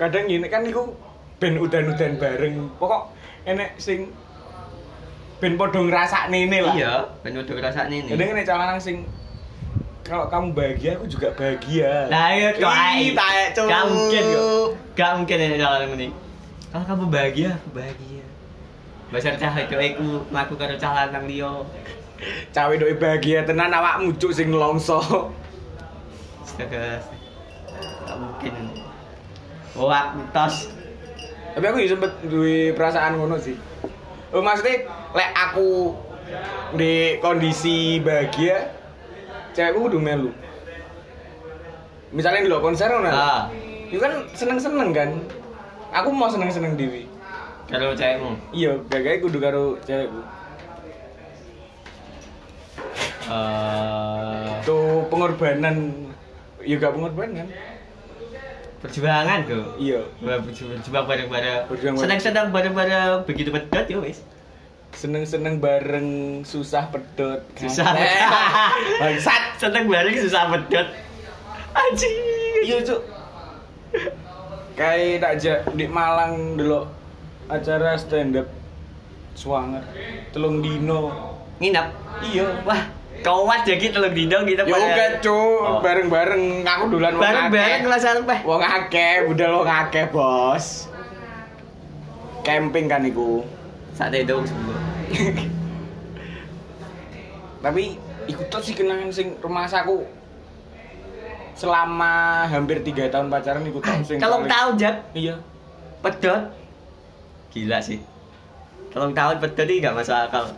[SPEAKER 1] kadang gini kan iku ben udan-udan bareng pokok enek sing ben podo ngerasa nene lah
[SPEAKER 2] iya bener udah ngerasa ini
[SPEAKER 1] kadang enek cowok lanang sing kalau kamu bahagia aku juga bahagia
[SPEAKER 2] nah iya kok
[SPEAKER 1] Ih, taek, cuk.
[SPEAKER 2] gak mungkin kok gak mungkin ini jalan ini kalau kamu bahagia aku bahagia Bahasa cah itu aku melaku karo cah lanang dia
[SPEAKER 1] cawe doi bahagia tenan awakmu cuk sing longso
[SPEAKER 2] Astaga Gak mungkin ini Wah, mitos
[SPEAKER 1] tapi aku ya sempet duwe perasaan ngono sih Eh, maksudnya lek aku di kondisi bahagia cewekku kudu melu misalnya di lo konser ngono lho.
[SPEAKER 2] Ah,
[SPEAKER 1] Itu kan seneng-seneng kan. Aku mau seneng-seneng dewi.
[SPEAKER 2] kalau cewekmu
[SPEAKER 1] Iya, gagaknya kudu karo cewekku.
[SPEAKER 2] Eh,
[SPEAKER 1] Tuh pengorbanan ya gak pengorbanan.
[SPEAKER 2] Perjuangan kok
[SPEAKER 1] Iya,
[SPEAKER 2] Wah, berju- Berjuang bareng-bareng
[SPEAKER 1] Berjuang bareng. Nah.
[SPEAKER 2] Senang-senang bareng-bareng Begitu pedot ya wis
[SPEAKER 1] seneng-seneng bareng susah pedot.
[SPEAKER 2] Susah
[SPEAKER 1] Eh, *laughs*
[SPEAKER 2] Bangsat Senang bareng susah pedot Anjing
[SPEAKER 1] Iya, Cuk. Kayak tak jak di Malang dulu acara stand up swanger telung dino
[SPEAKER 2] Nginep
[SPEAKER 1] iya
[SPEAKER 2] Wah Kawat jadi telur didong gitu
[SPEAKER 1] ya udah cuk
[SPEAKER 2] Oh.
[SPEAKER 1] bareng-bareng aku dolan wong
[SPEAKER 2] Bareng-bareng eh.
[SPEAKER 1] akeh.
[SPEAKER 2] ngerasain peh
[SPEAKER 1] Wong akeh, budal wong akeh, Bos. Camping kan iku.
[SPEAKER 2] Saat itu aku sebelum
[SPEAKER 1] Tapi iku tok sih kenangan sing rumahku selama hampir 3 tahun pacaran iku tok sing
[SPEAKER 2] Kalau
[SPEAKER 1] paling-
[SPEAKER 2] tahu Jack
[SPEAKER 1] Iya.
[SPEAKER 2] pedot gila sih tolong tahun pedot ini gak masuk akal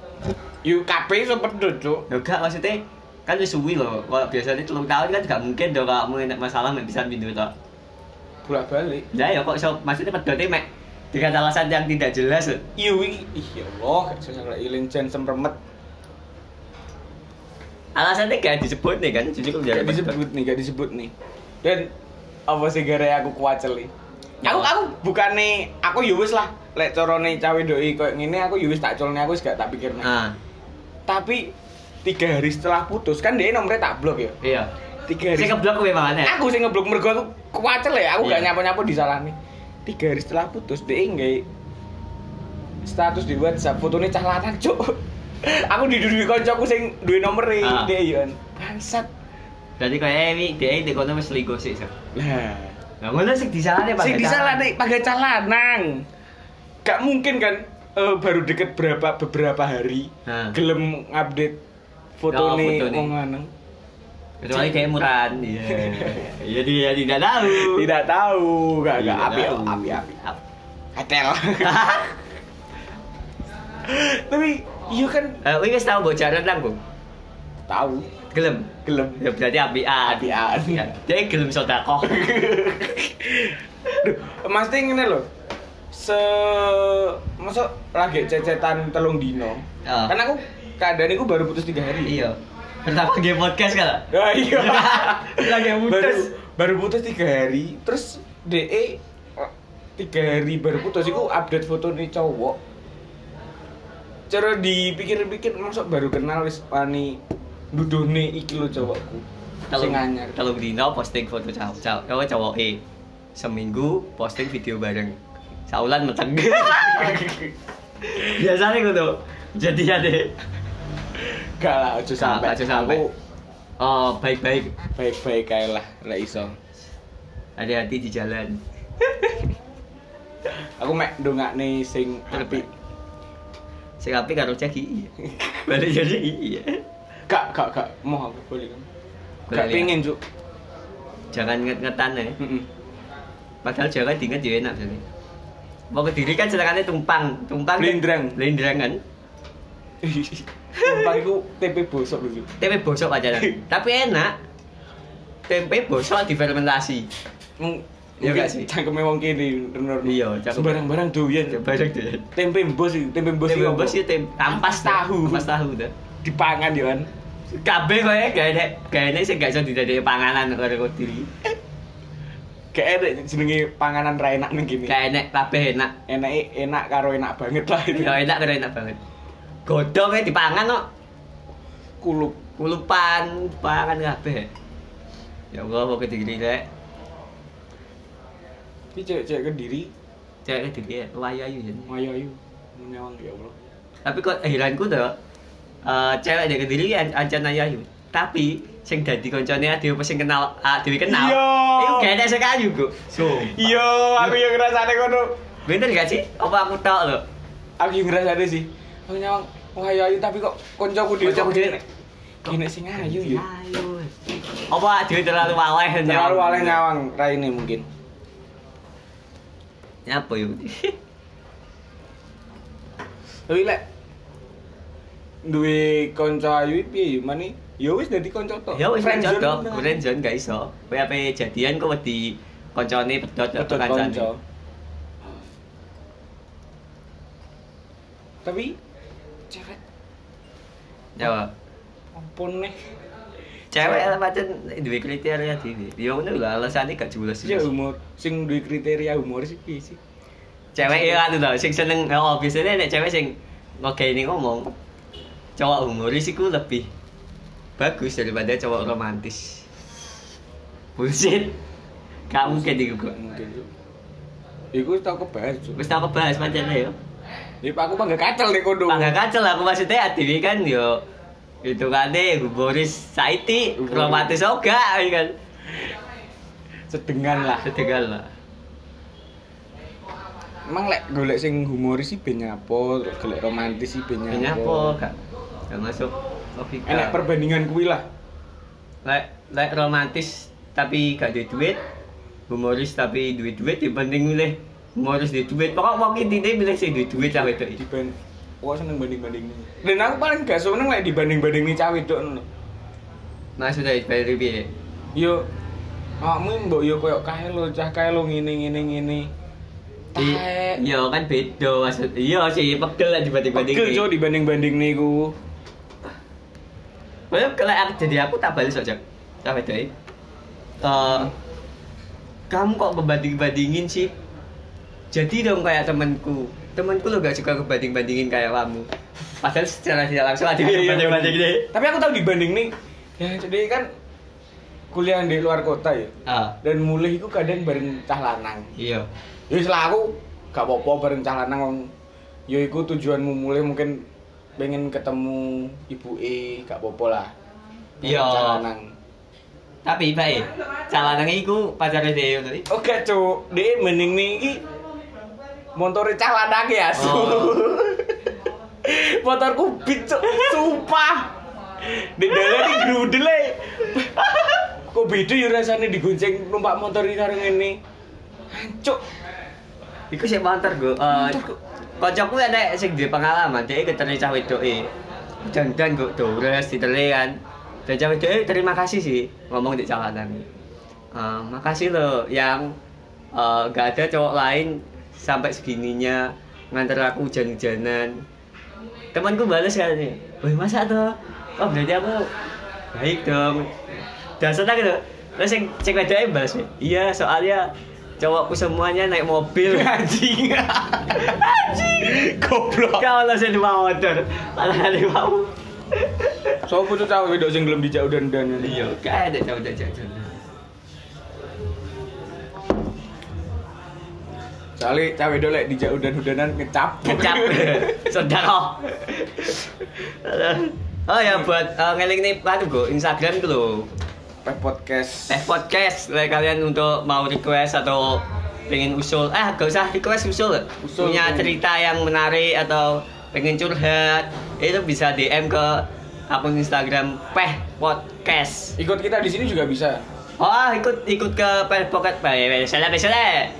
[SPEAKER 1] Yuk kabeh iso pedot, Cuk.
[SPEAKER 2] ya gak maksudnya kan wis suwi loh kalau biasanya tolong tahun kan gak mungkin dong kamu enak masalah nggak bisa pintu tok
[SPEAKER 1] Bolak-balik.
[SPEAKER 2] ya ya kok iso maksudnya pedotnya mek dengan alasan yang tidak jelas loh.
[SPEAKER 1] Iya, wih, ih ya Allah, gak jelas kalau iling jen sempremet.
[SPEAKER 2] alasannya gak disebut nih kan jadi kok
[SPEAKER 1] Gak disebut nih, gak disebut nih. Dan apa sih gara aku kuacel nih?
[SPEAKER 2] Ya.
[SPEAKER 1] Aku aku bukannya aku yuwis lah. Lek corone cawe doi koyo ngene aku yuwis tak colne aku wis gak tak pikir
[SPEAKER 2] ah
[SPEAKER 1] Tapi tiga hari setelah putus kan dia nomornya tak blok ya.
[SPEAKER 2] iya
[SPEAKER 1] Tiga hari.
[SPEAKER 2] saya keblok gue makannya
[SPEAKER 1] aku sih ngeblok mergo aku kuacel ya aku gak
[SPEAKER 2] Iya.
[SPEAKER 1] nyapa nyapa di salah nih tiga hari setelah putus dia nggak status di WhatsApp fotonya cah lanang cuk *laughs* aku didudui koncoku sing duwe nomere
[SPEAKER 2] Ah.
[SPEAKER 1] dia iya kan. bangsat
[SPEAKER 2] berarti kayak eh wi dia di kono mesti selingkuh sih Sep.
[SPEAKER 1] lah
[SPEAKER 2] nah ngono sih disalahnya Pak.
[SPEAKER 1] sing di salah nih pakai cah lanang gak mungkin kan eh, baru deket berapa beberapa hari
[SPEAKER 2] Ah.
[SPEAKER 1] gelem update
[SPEAKER 2] Oh,
[SPEAKER 1] foto nih
[SPEAKER 2] fotone.
[SPEAKER 1] wong lanang
[SPEAKER 2] kecuali dia murahan iya *laughs* iya dia tidak tahu
[SPEAKER 1] tidak tahu gak
[SPEAKER 2] Tidak
[SPEAKER 1] Iya, gak api
[SPEAKER 2] tahu.
[SPEAKER 1] api api
[SPEAKER 2] Ap-
[SPEAKER 1] hotel *laughs* tapi iya kan
[SPEAKER 2] Eh, Wi wis tahu mbok jaran nang Bu?
[SPEAKER 1] tahu
[SPEAKER 2] Gelem.
[SPEAKER 1] gelem
[SPEAKER 2] Ya berarti apian.
[SPEAKER 1] Apian.
[SPEAKER 2] Ya, Dia gelem
[SPEAKER 1] *laughs*
[SPEAKER 2] sedekah.
[SPEAKER 1] Duh, mas ting ini loh se masuk lagi cecetan telung dino
[SPEAKER 2] Ah.
[SPEAKER 1] kan aku keadaan aku baru putus tiga hari
[SPEAKER 2] Iya. Pertama game podcast kan?
[SPEAKER 1] Ah, iya
[SPEAKER 2] *laughs* Lagi yang
[SPEAKER 1] baru,
[SPEAKER 2] putus.
[SPEAKER 1] baru putus tiga hari terus de tiga hari baru putus aku update foto nih cowok cara dipikir-pikir masuk baru kenal wis wani dudune iki lo cowokku sing
[SPEAKER 2] Telung
[SPEAKER 1] anyar
[SPEAKER 2] telung dino posting foto cowok cowok cowok cowok e. Seminggu posting video bareng. Saulan meteng. *laughs* Biasanya gitu. Jadi ya deh.
[SPEAKER 1] *laughs* gak lah aja sampe
[SPEAKER 2] Gak, aja sampe.
[SPEAKER 1] Aku
[SPEAKER 2] Oh baik-baik.
[SPEAKER 1] baik-baik ae lah lek iso
[SPEAKER 2] Hati-hati di jalan.
[SPEAKER 1] aku mek ndongakne sing
[SPEAKER 2] Terbaik.
[SPEAKER 1] apik
[SPEAKER 2] Sing apik karo cegi. *laughs* Balik jadi iya.
[SPEAKER 1] gak gak gak mau aku boleh kan gak
[SPEAKER 2] Boleh.
[SPEAKER 1] pengen cuk
[SPEAKER 2] Jangan nget-ngetan eh. ya.
[SPEAKER 1] Heeh.
[SPEAKER 2] Padahal Jawa diinget ya enak sebenarnya. Mau ke diri kan sedangkannya tumpang, tumpang.
[SPEAKER 1] Blindrang.
[SPEAKER 2] Blindrang kan.
[SPEAKER 1] Sumpah iku tempe bosok lho Cuk.
[SPEAKER 2] Tempe bosok aja
[SPEAKER 1] *laughs*
[SPEAKER 2] kan. Tapi enak. Tempe bosok difermentasi.
[SPEAKER 1] Mung-
[SPEAKER 2] Iya
[SPEAKER 1] mungkin
[SPEAKER 2] gak sih?
[SPEAKER 1] Cangkeme wong kene Nur.
[SPEAKER 2] Iya, cangkem.
[SPEAKER 1] Sembarang-barang doyan.
[SPEAKER 2] Coba cek deh.
[SPEAKER 1] Tempe bos iki, tempe bos
[SPEAKER 2] Tempe
[SPEAKER 1] iki apa?
[SPEAKER 2] bos itu tempe ampas
[SPEAKER 1] tahu.
[SPEAKER 2] Ampas tahu tuh.
[SPEAKER 1] dipangan ya kan.
[SPEAKER 2] Kabeh kowe gak enak, gak enak sih gak bisa didadai panganan karo kok diri.
[SPEAKER 1] Kayak enak jenenge panganan ra enak ning gini.
[SPEAKER 2] Gak enak, kabeh enak.
[SPEAKER 1] Enake enak karo enak banget lah itu.
[SPEAKER 2] Ya enak karo enak banget. Godongnya dipangan kok.
[SPEAKER 1] Kulup.
[SPEAKER 2] Kulupan, pangan kabeh. Ya Allah, mau ke diri rek.
[SPEAKER 1] Iki cewek-cewek Kediri,
[SPEAKER 2] Cek ke diri wayayu jen.
[SPEAKER 1] mayu-ayu. Menyawang ya Allah.
[SPEAKER 2] tapi kok heranku tuh eh cewek dari kediri an- ancan ayu tapi sing dadi koncone adewe pas sing kenal ah, dewe kenal
[SPEAKER 1] Iya.
[SPEAKER 2] iku gak enak sekayu kok so
[SPEAKER 1] Iya, aku yang ngrasane kono.
[SPEAKER 2] bener gak sih apa aku tok lho
[SPEAKER 1] Aku yang ngrasane sih. Aku nyawang mayu-ayu tapi kok koncoku dhewe.
[SPEAKER 2] Koncoku dhewe.
[SPEAKER 1] Kene sing ayu ya.
[SPEAKER 2] ayu apa adewe terlalu waleh
[SPEAKER 1] Terlalu oleh nyawang raine mungkin.
[SPEAKER 2] apa yo
[SPEAKER 1] Tapi lek duwe kanca ayu iki piye ya mani? Ya wis dadi kanca tok.
[SPEAKER 2] ya wis
[SPEAKER 1] Friendzone
[SPEAKER 2] jodoh
[SPEAKER 1] tenan.
[SPEAKER 2] friendzone gak iso kowe ape jadian kok wedi koncone pedot
[SPEAKER 1] Dodot
[SPEAKER 2] atau
[SPEAKER 1] kanca.
[SPEAKER 2] kancane
[SPEAKER 1] Tapi cewek
[SPEAKER 2] ya
[SPEAKER 1] ampun nih.
[SPEAKER 2] cewek lah macam duwe kriteria dhewe ya ngono lho alasane gak jelas
[SPEAKER 1] Ya umur sing duwe kriteria humoris iki piye sih?
[SPEAKER 2] cewek ya kan tau sing seneng oh biasanya nek cewek sing oke ini ngomong cowok humoris iku lebih bagus daripada cowok romantis bullshit gak mungkin iku kok
[SPEAKER 1] Gak mungkin. Cuk. Iku wis tau kebahas. Cuk.
[SPEAKER 2] wis tak bahas pancene yo
[SPEAKER 1] Ya Pak, aku panggil kacel nek kono.
[SPEAKER 2] Pangga kacel aku maksudnya ADW kan yo itu kan deh humoris saiti
[SPEAKER 1] Humoris.
[SPEAKER 2] romantis oga ya kan
[SPEAKER 1] Sedengan lah.
[SPEAKER 2] sedegal lah
[SPEAKER 1] Emang lek golek sing humoris sih ben nyapo, terus golek romantis sih ben
[SPEAKER 2] ini apa
[SPEAKER 1] nyapo.
[SPEAKER 2] gak gak masuk logika
[SPEAKER 1] Enak perbandingan kuwi lah.
[SPEAKER 2] lek lek romantis tapi gak duit duit humoris tapi duit duit yang penting milih humoris duit duit pokok wong intine milih sing duit duit lah itu
[SPEAKER 1] diban kok seneng banding banding dan aku paling gak seneng lek dibanding banding nih cawe dok ngono.
[SPEAKER 2] maksudnya dari piye
[SPEAKER 1] yo awakmu mbok yo koyok kae lo cah kae lo ngene ngene ngene
[SPEAKER 2] I-
[SPEAKER 1] Taek.
[SPEAKER 2] Iya kan beda maksud. Iya sih pegel lah dibanding-banding.
[SPEAKER 1] Pegel cok dibanding-banding niku.
[SPEAKER 2] Well, kalau aku jadi aku tak balik saja. Tak beda. Eh kamu kok membanding-bandingin sih? Jadi dong kayak temanku. Temanku lo gak suka kebanding-bandingin kayak kamu. Padahal secara tidak langsung ada yang
[SPEAKER 1] Iya,
[SPEAKER 2] banding-banding deh.
[SPEAKER 1] Tapi aku tahu dibanding nih. Ya, jadi kan kuliah di luar kota ya.
[SPEAKER 2] Ah,
[SPEAKER 1] Dan mulai iku kadang bareng cah lanang.
[SPEAKER 2] iya.
[SPEAKER 1] Ya setelah aku gak apa-apa bareng cah lanang wong ya iku tujuanmu mulai mungkin pengen ketemu ibu E gak apa-apa lah.
[SPEAKER 2] Iya.
[SPEAKER 1] Cah lanang.
[SPEAKER 2] Tapi baik, calonnya iku pacarnya dia itu.
[SPEAKER 1] Oke, Cuk. Dek mending nih iki montore cah lanang ya, Su. *laughs*
[SPEAKER 2] Oh.
[SPEAKER 1] Motorku beat, Cuk. Sumpah. Di dalam ini gerudel e. Kok beda ya rasanya digonceng numpak motor ini karo ngene. Cuk.
[SPEAKER 2] Iku sih mantar gue. Eh, kocokku ada sing duwe pengalaman, dia ketemu cah wedok e. Dan dan gue terus ditele kan. Dan cah wedok eh, terima kasih sih ngomong di jalanan. Eh, makasih loh yang eh, gak ada cowok lain sampai segininya nganter aku hujan-hujanan. Temanku balas kan nih. Wah masa tuh? Oh berarti aku baik dong. Dan sana gitu. Terus yang cek wedoknya balas Iya soalnya cowokku semuanya naik mobil. *laughs*
[SPEAKER 1] Anjing. Anjing. Goblok.
[SPEAKER 2] Kau lah sing mau order. Malah ada mau.
[SPEAKER 1] Sopo tuh cah wedok sing gelem dijak udan-udan
[SPEAKER 2] Iya, kayak ada jauh jauh
[SPEAKER 1] *laughs*
[SPEAKER 2] jauh.
[SPEAKER 1] Soale cah wedok lek dijak udan-udanan ngecap. *laughs*
[SPEAKER 2] Kecap. Sedekah. Oh ya buat eh, ngeling nih aduh go Instagram itu loh.
[SPEAKER 1] Pe podcast.
[SPEAKER 2] Teh podcast lah kalian untuk mau request atau pengen usul eh gak usah request usul,
[SPEAKER 1] Usul,
[SPEAKER 2] punya
[SPEAKER 1] pengen.
[SPEAKER 2] cerita yang menarik atau pengen curhat itu bisa DM ke akun Instagram Peh Podcast.
[SPEAKER 1] Ikut kita di sini juga bisa.
[SPEAKER 2] Oh, ikut ikut ke Peh Podcast. Salah, salah.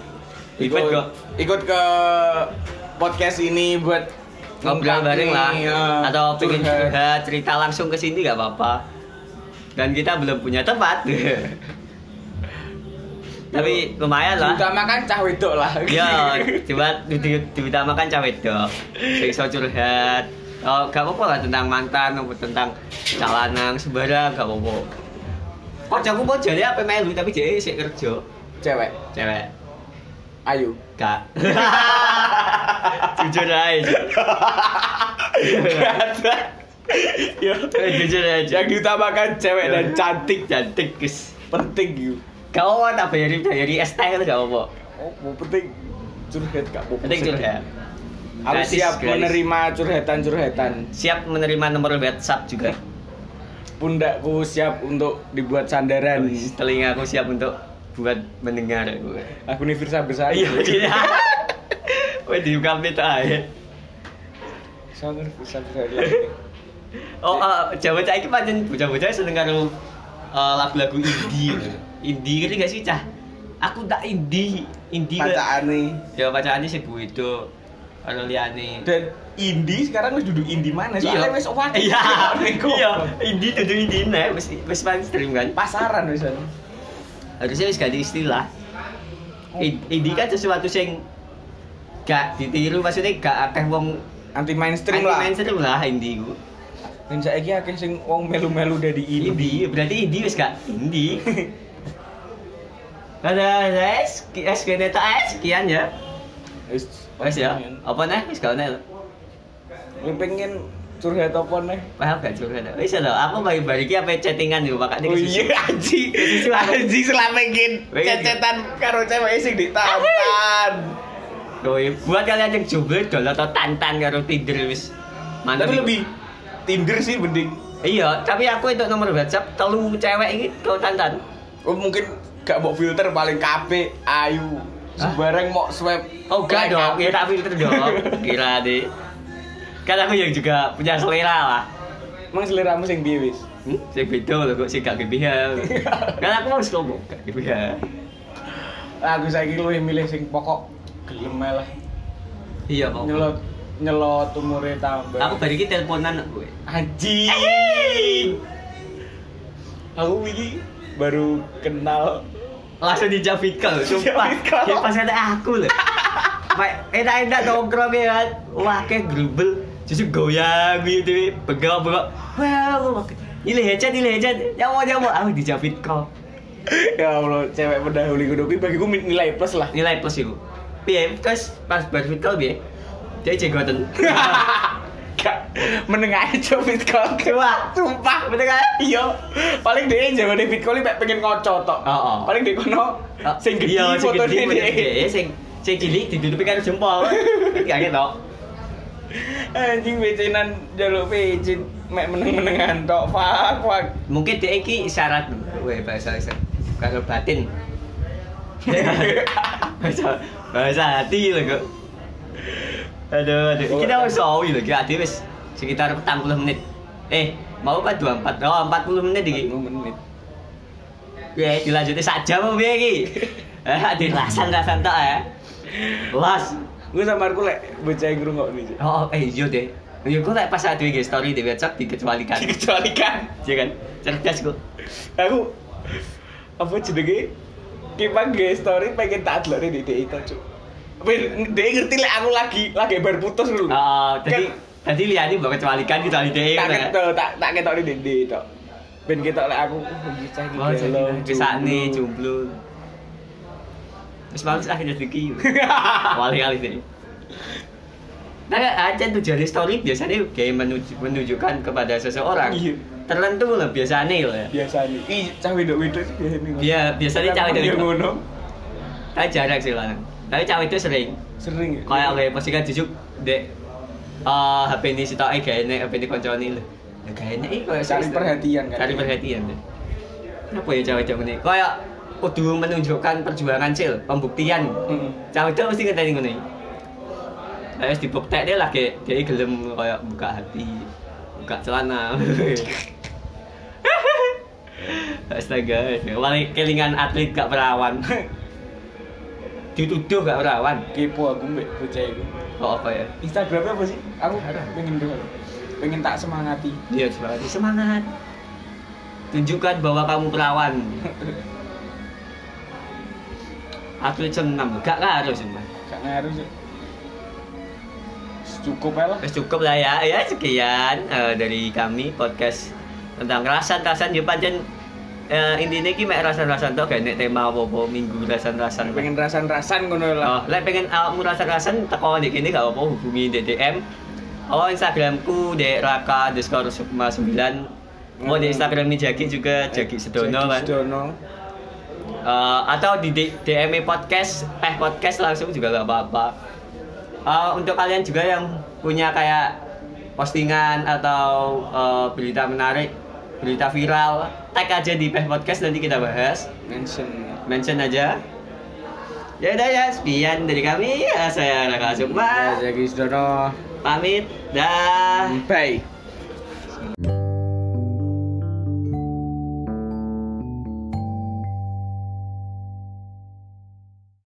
[SPEAKER 2] Ikut kok.
[SPEAKER 1] ikut ke podcast ini buat iya,
[SPEAKER 2] ngobrol bareng lah atau pengen
[SPEAKER 1] juga
[SPEAKER 2] curhat cerita langsung ke sini nggak apa-apa dan kita belum punya *laughs* tempat tapi lumayan lah
[SPEAKER 1] diutamakan cah wedok lah
[SPEAKER 2] ya coba di- di- diutamakan cewek dong sing iso curhat oh gak apa-apa lah tentang mantan apa tentang calanang sembarang gak apa-apa kocokku mau jadi apa melu tapi jadi sik kerja
[SPEAKER 1] *laughs* cewek
[SPEAKER 2] cewek
[SPEAKER 1] ayu
[SPEAKER 2] gak *laughs* jujur aja Iya.
[SPEAKER 1] ya
[SPEAKER 2] jujur aja
[SPEAKER 1] yang diutamakan cewek dan cantik
[SPEAKER 2] cantik guys
[SPEAKER 1] *laughs* penting you
[SPEAKER 2] gak apa tak bayarin bayari es teh itu gak apa
[SPEAKER 1] oh mau penting curhat gak mau
[SPEAKER 2] penting curhat
[SPEAKER 1] aku
[SPEAKER 2] Gratis,
[SPEAKER 1] siap
[SPEAKER 2] gratis.
[SPEAKER 1] menerima curhatan curhatan
[SPEAKER 2] siap menerima nomor WhatsApp juga
[SPEAKER 1] pundakku siap untuk dibuat sandaran
[SPEAKER 2] telinga aku siap untuk buat mendengar gue
[SPEAKER 1] aku nih Firsa bersayap
[SPEAKER 2] iya *laughs* iya Wih, di update aja
[SPEAKER 1] Sangat Firsa bersayap
[SPEAKER 2] oh eh, jawa cah ini pancen bocah-bocah seneng karo eh, lagu-lagu indie indie ngerti gak sih cah aku tak indie indie gak-
[SPEAKER 1] pacaan nih
[SPEAKER 2] ya pacarannya sih gue itu kalau liane
[SPEAKER 1] dan Indi sekarang wis duduk Indi mana soalnya wis owah *laughs*
[SPEAKER 2] iya *laughs* iya
[SPEAKER 1] iya
[SPEAKER 2] indie duduk indie nih wis wis mainstream kan
[SPEAKER 1] pasaran wis
[SPEAKER 2] harusnya wis ganti istilah
[SPEAKER 1] Oh.
[SPEAKER 2] I- ini kan sesuatu sing gak ditiru maksudnya gak akeh wong
[SPEAKER 1] anti mainstream lah
[SPEAKER 2] mainstream lah indie ku
[SPEAKER 1] dan saiki akeh sing wong melu-melu dari Indi
[SPEAKER 2] indie berarti indie wis gak indie *laughs* ada eh, es es kene tak es sekian ya
[SPEAKER 1] wis
[SPEAKER 2] wes ya apa nih wis gak nih
[SPEAKER 1] Lu pengen curhat apa nih
[SPEAKER 2] paham gak curhat wis lho aku bagi bagi apa ya, chattingan yo
[SPEAKER 1] Oh
[SPEAKER 2] makanya kesusu.
[SPEAKER 1] iya *laughs* anji anji selama ini
[SPEAKER 2] Pengen.
[SPEAKER 1] cecetan karo cewek sing ditantan
[SPEAKER 2] Doi, iya. buat kalian yang jomblo download atau tantan karo Tinder wis
[SPEAKER 1] tapi
[SPEAKER 2] iku.
[SPEAKER 1] lebih Tinder sih mending
[SPEAKER 2] Iya, tapi aku itu nomor WhatsApp telu cewek ini kau tantan.
[SPEAKER 1] oh mungkin gak mau filter paling kape ayu
[SPEAKER 2] Hah?
[SPEAKER 1] sembarang mau swipe
[SPEAKER 2] Oh enggak
[SPEAKER 1] paling
[SPEAKER 2] dong,
[SPEAKER 1] kabeh.
[SPEAKER 2] ya tak filter dong. Kira deh. Kan aku yang juga punya selera lah.
[SPEAKER 1] emang seleramu sing piye wis
[SPEAKER 2] Hmm? Saya beda loh kok sih gak *laughs* kebihal. Kan aku harus ngomong gak kebihal.
[SPEAKER 1] aku saiki luwih milih sing pokok gelem ae lah
[SPEAKER 2] Iya kok.
[SPEAKER 1] nyelot nyelot umure tambah
[SPEAKER 2] Aku baru kita teleponan gue.
[SPEAKER 1] anjing aku ini baru kenal
[SPEAKER 2] Langsung dijawab Vika loh,
[SPEAKER 1] Dijawab
[SPEAKER 2] sumpah.
[SPEAKER 1] Vika.
[SPEAKER 2] Ya pas ada aku loh. Pak, enak-enak nongkrong ya kan. Wah, kayak grubel. Justru goyang gitu dewe, bengok-bengok. Wah, aku ini hejat, ini hejat. Nyawa nyawa aku dijabit kok.
[SPEAKER 1] *laughs* ya Allah cewek pendahulu kudu kuwi bagiku min- nilai plus lah
[SPEAKER 2] Nilai plus iku. Piye? Terus pas basket kau piye? Dia jegoten. *laughs*
[SPEAKER 1] Gak, menengah aja bitcoin
[SPEAKER 2] Wah.
[SPEAKER 1] sumpah menengah iya paling dia yang jawabannya bitcoin ini pengen ngoco tok
[SPEAKER 2] Oh, oh.
[SPEAKER 1] paling dia kono sing gede
[SPEAKER 2] Iya, sing
[SPEAKER 1] foto dia
[SPEAKER 2] gede, fotonya dia. Sing sing cilik ditutupi karo jempol. Gak ketok.
[SPEAKER 1] anjing becinan jaluk becin mek meneng-menengan tok fuck fuck
[SPEAKER 2] Mungkin dia iki isyarat weh bahasa isyarat. Kalau batin.
[SPEAKER 1] *laughs*
[SPEAKER 2] bahasa bahasa hati lho kok. Aduh, aduh. Kita wis sawi lho, kita ade wis sekitar 40 menit. Eh, mau kan 24. Oh, 40 menit iki.
[SPEAKER 1] Lima menit
[SPEAKER 2] Ya, dilanjutin sak jam apa piye iki? Eh, dirasan-rasan tok ya. Las.
[SPEAKER 1] gue sama aku lek bocah ngrungok nih Cuk.
[SPEAKER 2] Oh, eh iya deh. Ya gue like pas ada IG story di
[SPEAKER 1] *laughs*
[SPEAKER 2] WhatsApp dikecualikan.
[SPEAKER 1] dikecualikan
[SPEAKER 2] Iya kan? Cerdas gue.
[SPEAKER 1] aku apa jenenge kipan gay story pengen tak delok di DI itu cuk Ben, dia ngerti lek aku lagi lagi bar putus dulu.
[SPEAKER 2] Oh, jadi
[SPEAKER 1] Kan-
[SPEAKER 2] tadi lihat ini bukan kecualikan kita di DM
[SPEAKER 1] tak
[SPEAKER 2] kan.
[SPEAKER 1] ketok tak tak ketok di DI itu. Ben ketok lek aku oh, iya, cah iki
[SPEAKER 2] Oh, jadi
[SPEAKER 1] galau,
[SPEAKER 2] nang desa nih
[SPEAKER 1] jomblo.
[SPEAKER 2] jomblo. Terus malu akhirnya rezeki. Wali-wali deh. Nah, aja tujuan story biasanya kayak menuju- menunjukkan kepada seseorang
[SPEAKER 1] Iya.
[SPEAKER 2] tertentu lah biasanya lah.
[SPEAKER 1] Biasanya. Ih, cah wedok-wedok sih biasanya.
[SPEAKER 2] Iya, biasanya cah
[SPEAKER 1] Yang
[SPEAKER 2] wedok-wedok.
[SPEAKER 1] ngono
[SPEAKER 2] Tapi jarang sih lanang. Tapi cewek itu sering.
[SPEAKER 1] sering. ya?
[SPEAKER 2] kayak gue pasti kan jujur dek eh HP ini si tau eh gak enak HP ini konconi lho ya gak enak eh
[SPEAKER 1] Cari
[SPEAKER 2] kayak serius,
[SPEAKER 1] perhatian kan?
[SPEAKER 2] cari perhatian deh apa ya cewek cewek ini kayak kudu menunjukkan perjuangan cil pembuktian
[SPEAKER 1] Heeh.
[SPEAKER 2] cewek itu mesti ngerti ini harus dibuktek deh lah kayak dia gelem kayak buka hati buka celana *laughs* Astaga, wali kelingan atlet gak perawan *laughs* Dituduh gak perawan
[SPEAKER 1] Kepo aku mbek bocah iku.
[SPEAKER 2] Oh apa ya?
[SPEAKER 1] Instagramnya apa sih? Aku
[SPEAKER 2] Ada.
[SPEAKER 1] pengen dengar. Pengen tak semangati.
[SPEAKER 2] Iya semangat. Semangat. Tunjukkan bahwa kamu perawan. Atlet senam, gak lah harus Mbak.
[SPEAKER 1] Gak ngaruh sih. Cukup ae lah.
[SPEAKER 2] Terus cukup lah ya, ya sekian eh, dari kami podcast tentang rasan-rasan ya pancen eh, intinya ki mek rasan-rasan tuh gak nek tema apa-apa minggu rasan-rasan.
[SPEAKER 1] pengen rasan-rasan ngono lah.
[SPEAKER 2] Oh, lek pengen awakmu rasan-rasan teko ndek kene gak apa-apa hubungi di DM. Oh, Instagramku dek raka underscore sukma 9. Mau di Instagram Jaki juga Jaki Sedono kan.
[SPEAKER 1] Sedono.
[SPEAKER 2] Eh, atau di D- DM podcast, eh podcast langsung juga gak apa-apa. Eh, untuk kalian juga yang punya kayak postingan atau eh, berita menarik, berita viral, tag aja di Peh Podcast nanti kita bahas.
[SPEAKER 1] Mention.
[SPEAKER 2] Mention aja. Ya udah ya, sekian dari kami. Ya, saya Raka
[SPEAKER 1] Ya,
[SPEAKER 2] Sukma.
[SPEAKER 1] Jaki Sedono.
[SPEAKER 2] Pamit. Dah.
[SPEAKER 1] Bye.